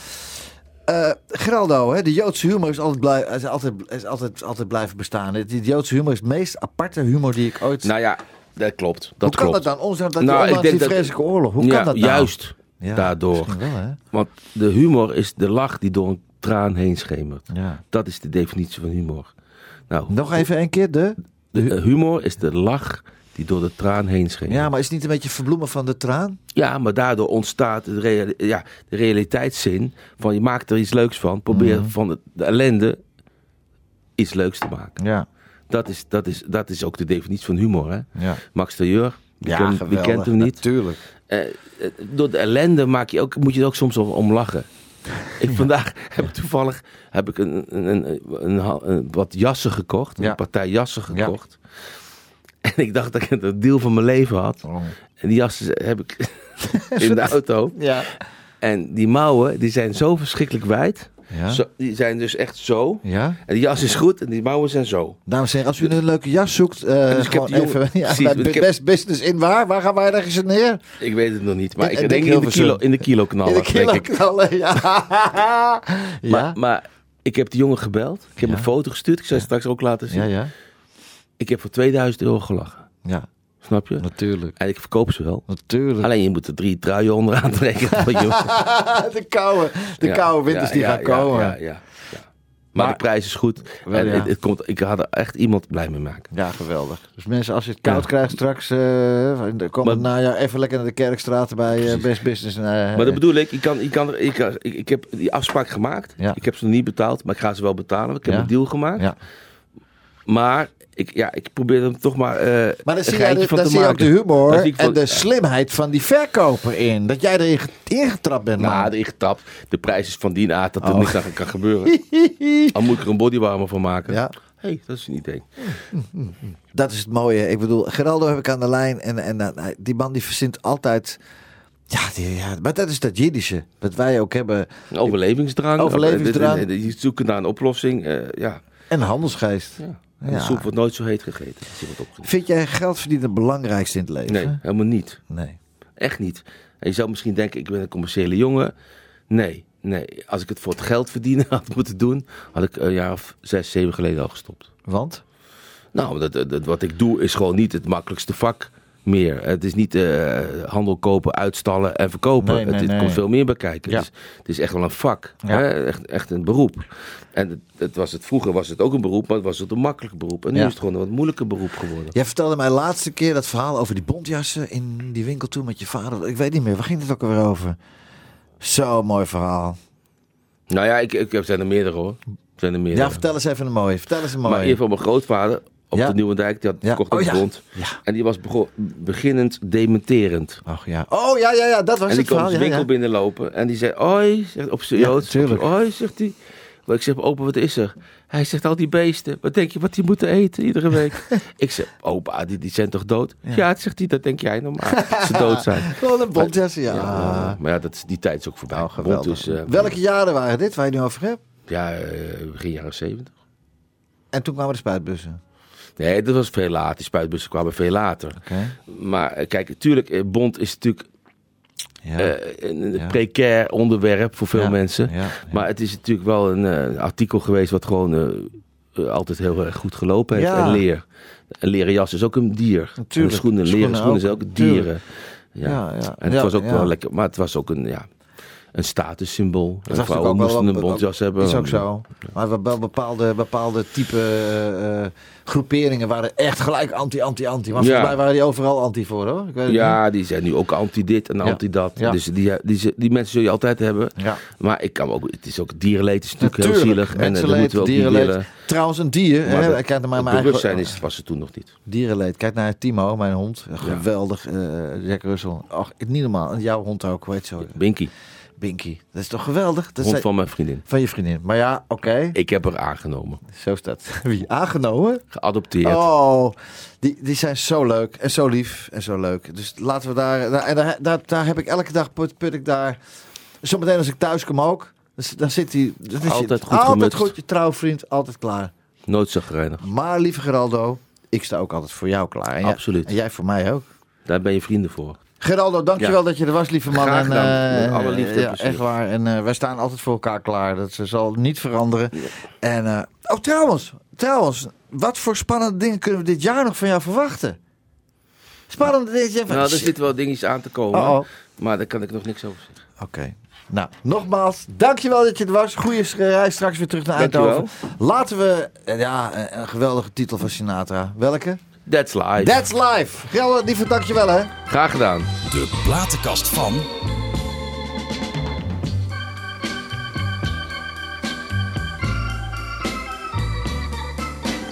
Speaker 2: Eh, Geraldo, hè, de Joodse humor is altijd, blij, is altijd, is altijd, altijd blijven bestaan. De, Joodse humor is het meest aparte humor die ik ooit...
Speaker 4: Nou ja, dat klopt. Dat
Speaker 2: Hoe kan
Speaker 4: klopt.
Speaker 2: dat dan? Ondanks dat
Speaker 4: Nou, ik
Speaker 2: ondanks
Speaker 4: denk
Speaker 2: die
Speaker 4: dat-
Speaker 2: vreselijke oorlog. Hoe
Speaker 4: Ja,
Speaker 2: kan dat nou?
Speaker 4: Juist
Speaker 2: Ja,
Speaker 4: daardoor.
Speaker 2: misschien wel, hè?
Speaker 4: Want de humor is de lach die door een traan heen schemert.
Speaker 2: Ja.
Speaker 4: Dat is de definitie van humor. Nou,
Speaker 2: Nog even een keer de...
Speaker 4: de- eh, humor is de lach die door de traan heen schemert.
Speaker 2: Ja, maar is het niet een beetje verbloemen van de traan?
Speaker 4: Ja, maar daardoor ontstaat de, reali- ja, de realiteitszin van je maakt er iets leuks van. Probeer
Speaker 2: Mhm.
Speaker 4: van de, de ellende iets leuks te maken.
Speaker 2: Ja,
Speaker 4: Dat is, dat is, dat is ook de definitie van humor. Hè?
Speaker 2: ja.
Speaker 4: Max de Jur, wie, ken- wie kent hem niet?
Speaker 2: Natuurlijk.
Speaker 4: Eh, eh, door de ellende maak je ook, moet je er ook soms om, om lachen. Ik, Vandaag heb ik toevallig heb ik een, een, een, een, ha- een- wat jassen gekocht.
Speaker 2: Ja.
Speaker 4: Een partij jassen
Speaker 2: Ja.
Speaker 4: gekocht. En ik dacht dat ik het een deel van mijn leven had. En die jassen heb ik in de auto.
Speaker 2: Ja.
Speaker 4: En die mouwen die zijn zo verschrikkelijk wijd.
Speaker 2: Ja.
Speaker 4: Zo- die zijn dus echt zo.
Speaker 2: Ja.
Speaker 4: En die jas is goed en die mouwen zijn zo.
Speaker 2: Dames en heren, als u een leuke jas zoekt, eh
Speaker 4: Dus ik heb
Speaker 2: gewoon
Speaker 4: die jongen-
Speaker 2: even ja,
Speaker 4: Precies,
Speaker 2: bij
Speaker 4: want ik heb-
Speaker 2: Best Business in waar? Waar gaan wij ergens neer?
Speaker 4: Ik weet het nog niet, maar
Speaker 2: En-
Speaker 4: ik
Speaker 2: en
Speaker 4: denk
Speaker 2: denk
Speaker 4: in de,
Speaker 2: Hilversum.
Speaker 4: kilo, in de kilo knallen.
Speaker 2: In de
Speaker 4: Oh, denk ik.
Speaker 2: kiloknallen, ja.
Speaker 4: Maar,
Speaker 2: ja.
Speaker 4: maar ik heb die jongen gebeld. Ik heb
Speaker 2: Ja.
Speaker 4: een foto gestuurd. Ik zal je straks ook laten zien.
Speaker 2: ja, ja.
Speaker 4: Ik heb voor 2000 euro gelachen.
Speaker 2: Ja,
Speaker 4: Snap je?
Speaker 2: natuurlijk.
Speaker 4: En ik verkoop ze wel.
Speaker 2: Natuurlijk.
Speaker 4: Alleen je moet er drie truien onderaan trekken.
Speaker 2: de koude, de koude winters die gaan komen.
Speaker 4: Ja,
Speaker 2: Ja,
Speaker 4: ja, ja. Maar, de prijs is goed.
Speaker 2: Wel,
Speaker 4: en
Speaker 2: ja.
Speaker 4: het, het komt, ik had er echt iemand blij mee maken.
Speaker 2: geweldig. Dus mensen, als je het koud
Speaker 4: Ja.
Speaker 2: krijgt straks, eh in de komend najaar, even lekker naar de Kerkstraat bij eh, Best Business. en, eh,
Speaker 4: Maar dat bedoel ik, ik, kan, ik, kan, er- ik, kan- ik, ik heb die afspraak gemaakt.
Speaker 2: Ja.
Speaker 4: Ik heb ze nog niet betaald, maar ik ga ze wel betalen. want Ik heb
Speaker 2: Ja.
Speaker 4: een deal gemaakt.
Speaker 2: Ja.
Speaker 4: Maar ik, ja, ik probeer hem toch maar, eh
Speaker 2: Maar dan
Speaker 4: een
Speaker 2: zie, jij
Speaker 4: geintje
Speaker 2: de,
Speaker 4: van
Speaker 2: dan
Speaker 4: te
Speaker 2: zie je ook
Speaker 4: maken.
Speaker 2: de humor
Speaker 4: Daar zie ik
Speaker 2: en
Speaker 4: van-
Speaker 2: de slimheid van die verkoper in. Dat jij erin ge- ingetrapt bent, man.
Speaker 4: Nou, ingetapt. De prijs is van die aard dat er
Speaker 2: Oh.
Speaker 4: niks aan kan gebeuren. Al moet ik er een bodywarmer van maken.
Speaker 2: Ja,
Speaker 4: hey, dat is een idee.
Speaker 2: dat is het mooie. Ik bedoel, Geraldo heb ik aan de lijn. En, en eh, die man die verzint altijd... Ja, die, ja, maar dat is dat Jiddische. Wat wij ook hebben.
Speaker 4: Een overlevingsdrang.
Speaker 2: Overlevingsdrang.
Speaker 4: Je zoekt naar een oplossing. eh, ja.
Speaker 2: En handelsgeest.
Speaker 4: ja.
Speaker 2: Ja.
Speaker 4: De soep wordt nooit zo heet gegeten. als die wordt opgegeten.
Speaker 2: Vind jij geld verdienen het belangrijkste in het leven?
Speaker 4: Nee, helemaal niet.
Speaker 2: Nee.
Speaker 4: Echt niet. En je zou misschien denken, ik ben een commerciële jongen. Nee, nee. Als ik het voor het geld verdienen had moeten doen, had ik een jaar of zes, zeven geleden al gestopt.
Speaker 2: Want?
Speaker 4: Nou, dat, dat- dat, wat ik doe is gewoon niet het makkelijkste vak meer. Het is niet eh, handel kopen, uitstallen en verkopen.
Speaker 2: Nee, nee,
Speaker 4: het, het
Speaker 2: nee.
Speaker 4: komt veel meer bij kijken.
Speaker 2: Ja.
Speaker 4: Het, is, het is echt wel een vak.
Speaker 2: Ja.
Speaker 4: Hè? Echt, echt een beroep. En het, het was het, vroeger was het ook een beroep, maar het was het een makkelijk beroep. En nu
Speaker 2: Ja.
Speaker 4: is het gewoon een wat moeilijker beroep geworden.
Speaker 2: Jij vertelde mij laatste keer dat verhaal over die bontjassen in die winkel toen met je vader. Ik weet niet meer, waar ging het ook alweer over? Zo mooi verhaal.
Speaker 4: Nou ja, ik, ik, er zijn er meerdere hoor. Er zijn er meerdere.
Speaker 2: Ja, vertel eens even een mooie. Vertel eens een mooie.
Speaker 4: Maar in ieder geval mijn grootvader op
Speaker 2: Ja.
Speaker 4: de Nieuwe Dijk, die had
Speaker 2: Ja.
Speaker 4: verkocht
Speaker 2: Oh,
Speaker 4: ook
Speaker 2: ja.
Speaker 4: grond.
Speaker 2: Ja.
Speaker 4: En die was bego- beginnend dementerend.
Speaker 2: Ach ja. Oh ja, ja, ja, dat was
Speaker 4: En die kwam
Speaker 2: het
Speaker 4: dus
Speaker 2: verhaal.
Speaker 4: de
Speaker 2: Ja,
Speaker 4: winkel
Speaker 2: ja.
Speaker 4: binnenlopen en die zei: Oi, zegt, op zijn
Speaker 2: Ja,
Speaker 4: Joods.
Speaker 2: tuurlijk.
Speaker 4: Oi, zegt hij. Maar Ik zeg, opa, wat is er? Hij zegt, al die beesten. Wat denk je wat die moeten eten iedere week? ik zeg, opa, die, die zijn toch dood? Ja, zegt hij, dat denk jij normaal. Dat ze dood zijn.
Speaker 2: Wel een bontjas, ja.
Speaker 4: Ja, maar ja, dat is, die tijd is ook voorbij.
Speaker 2: Nou, geweldig.
Speaker 4: Bont is, eh,
Speaker 2: Welke jaren waren dit waar je nu over hebt?
Speaker 4: Ja, eh, begin jaren zeventig.
Speaker 2: En toen kwamen de spuitbussen.
Speaker 4: Nee, dat was veel later. Die spuitbussen kwamen veel later.
Speaker 2: Oké.
Speaker 4: Maar eh, kijk, natuurlijk, eh, bond is natuurlijk
Speaker 2: Ja.
Speaker 4: eh, een een precair onderwerp voor veel
Speaker 2: Ja,
Speaker 4: mensen.
Speaker 2: ja, ja.
Speaker 4: Maar het is natuurlijk wel een eh, artikel geweest wat gewoon eh, eh, altijd heel erg goed gelopen heeft.
Speaker 2: Ja.
Speaker 4: En leer. Een leren jas is ook een dier.
Speaker 2: Natuurlijk.
Speaker 4: En schoenen, leren
Speaker 2: Schoenen
Speaker 4: schoenen, zijn
Speaker 2: ook,
Speaker 4: ook dieren. Ja.
Speaker 2: Ja, ja.
Speaker 4: En het
Speaker 2: Ja,
Speaker 4: was ook
Speaker 2: ja.
Speaker 4: wel lekker, maar het was ook een, ja, een statussymbool. En
Speaker 2: was
Speaker 4: vrouwen
Speaker 2: natuurlijk ook
Speaker 4: moesten
Speaker 2: wel-
Speaker 4: een bondjas hebben.
Speaker 2: Is ook zo. Maar we- wel bepaalde, bepaalde type eh, eh, groeperingen waren echt gelijk anti, anti, anti. Maar
Speaker 4: Ja.
Speaker 2: volgens mij waren die overal anti voor hoor. Ik weet het
Speaker 4: Ja, die zijn nu ook anti-dit en
Speaker 2: Ja.
Speaker 4: anti-dat.
Speaker 2: Ja.
Speaker 4: Dus die, die, die mensen zul je altijd hebben.
Speaker 2: niet. Ja.
Speaker 4: Maar ik kan ook, het is ook dierenleed is natuurlijk heel
Speaker 2: Natuurlijk.
Speaker 4: zielig. En eh, dat
Speaker 2: Mensenleed,
Speaker 4: moeten we ook niet
Speaker 2: dierenleed.
Speaker 4: willen.
Speaker 2: Trouwens, een dier.
Speaker 4: Maar
Speaker 2: Hè,
Speaker 4: dat-
Speaker 2: ik kijk naar mijn
Speaker 4: het
Speaker 2: mijn eigen...
Speaker 4: bewustzijn is, was er toen nog niet.
Speaker 2: Dierenleed. Kijk naar Timo, mijn hond. Geweldig. eh, Jack Russell. Ach, niet normaal. En jouw hond ook. Hoe heet zo?
Speaker 4: Binky,
Speaker 2: Binky. Dat is toch geweldig? Dat
Speaker 4: hond
Speaker 2: zijn-
Speaker 4: van mijn vriendin.
Speaker 2: van je vriendin. Maar ja, oké.
Speaker 4: Ik heb haar aangenomen.
Speaker 2: Zo staat. Wie? Aangenomen?
Speaker 4: Geadopteerd.
Speaker 2: Oh, die, die zijn zo leuk en zo lief en zo leuk. Dus laten we daar. daar- en daar, daar, daar heb ik elke dag put, put ik daar. Zometeen als ik thuis kom ook. Dus, dan zit hij. dat is
Speaker 4: Altijd goed
Speaker 2: Altijd
Speaker 4: gemutst.
Speaker 2: goed, je trouwvriend, altijd klaar.
Speaker 4: Nooit zagrijnig.
Speaker 2: Maar lieve Geraldo, ik sta ook altijd voor jou klaar. En jij-
Speaker 4: Absoluut.
Speaker 2: En jij voor mij ook.
Speaker 4: Daar ben je vrienden voor.
Speaker 2: Geraldo, dankjewel
Speaker 4: Ja.
Speaker 2: dat je er was, lieve man.
Speaker 4: Graag
Speaker 2: en,
Speaker 4: gedaan.
Speaker 2: eh,
Speaker 4: Met alle liefde en
Speaker 2: Ja,
Speaker 4: plezier.
Speaker 2: echt waar. En eh, wij staan altijd voor elkaar klaar. Dat ze- zal niet veranderen. En, eh, oh, trouwens, trouwens. Wat voor spannende dingen kunnen we dit jaar nog van jou verwachten? Spannende dingen.
Speaker 4: Nou, er zitten wel dingetjes aan te komen.
Speaker 2: Oh, oh.
Speaker 4: Maar daar kan ik nog niks over zeggen.
Speaker 2: Oké. Nou, nogmaals, dankjewel dat je er was. Goeie eh, reis straks weer terug naar
Speaker 4: Dankjewel.
Speaker 2: Eindhoven. Laten we, eh, ja, een, een geweldige titel van Sinatra. Welke?
Speaker 4: That's life.
Speaker 2: That's Life. Geraldo, lieve, dankjewel hè.
Speaker 4: Graag gedaan.
Speaker 1: De platenkast van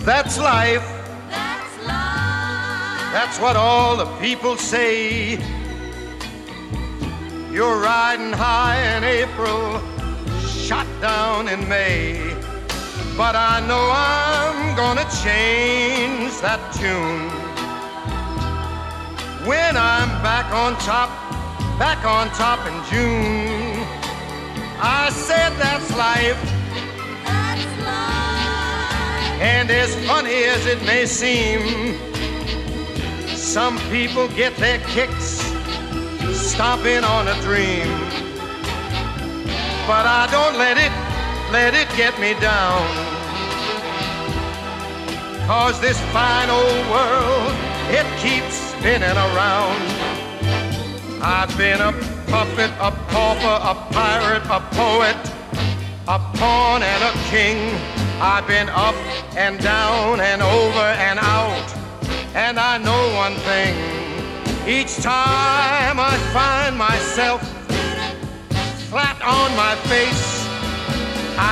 Speaker 5: That's life. That's what all the people say. You're riding high in April
Speaker 12: shot down in May. But I know I'm gonna change that tune. When I'm back on top, back on top in June. I said that's life. And as funny as it may seem, some people get their kicks stomping on a dream. But I don't let it, let it get me down. Cause this fine old world, it keeps spinning around. I've been a puppet, a pauper, a pirate, a poet, a pawn and a king. I've been up and down and over and out. And I know one thing. Each time I find myself flat on my face, I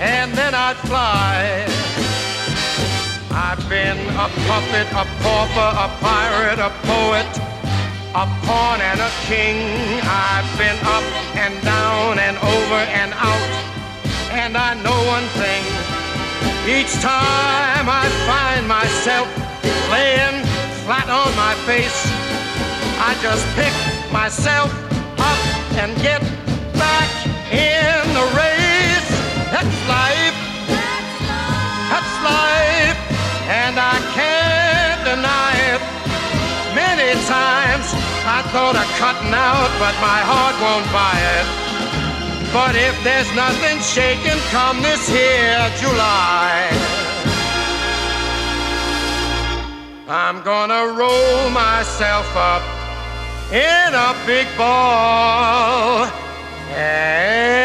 Speaker 12: and then I'd fly. I've been a puppet, a pauper, a pirate, a poet, a pawn and a king. I've been up and down and over and out. And I know one thing each time I find myself laying flat on my face, I just pick myself up and get back in the race. That's life. That's life. And I can't deny it. Many times I thought of cutting out, but my heart won't buy it. But if there's nothing shaking come this here July, I'm gonna roll myself up in a big ball and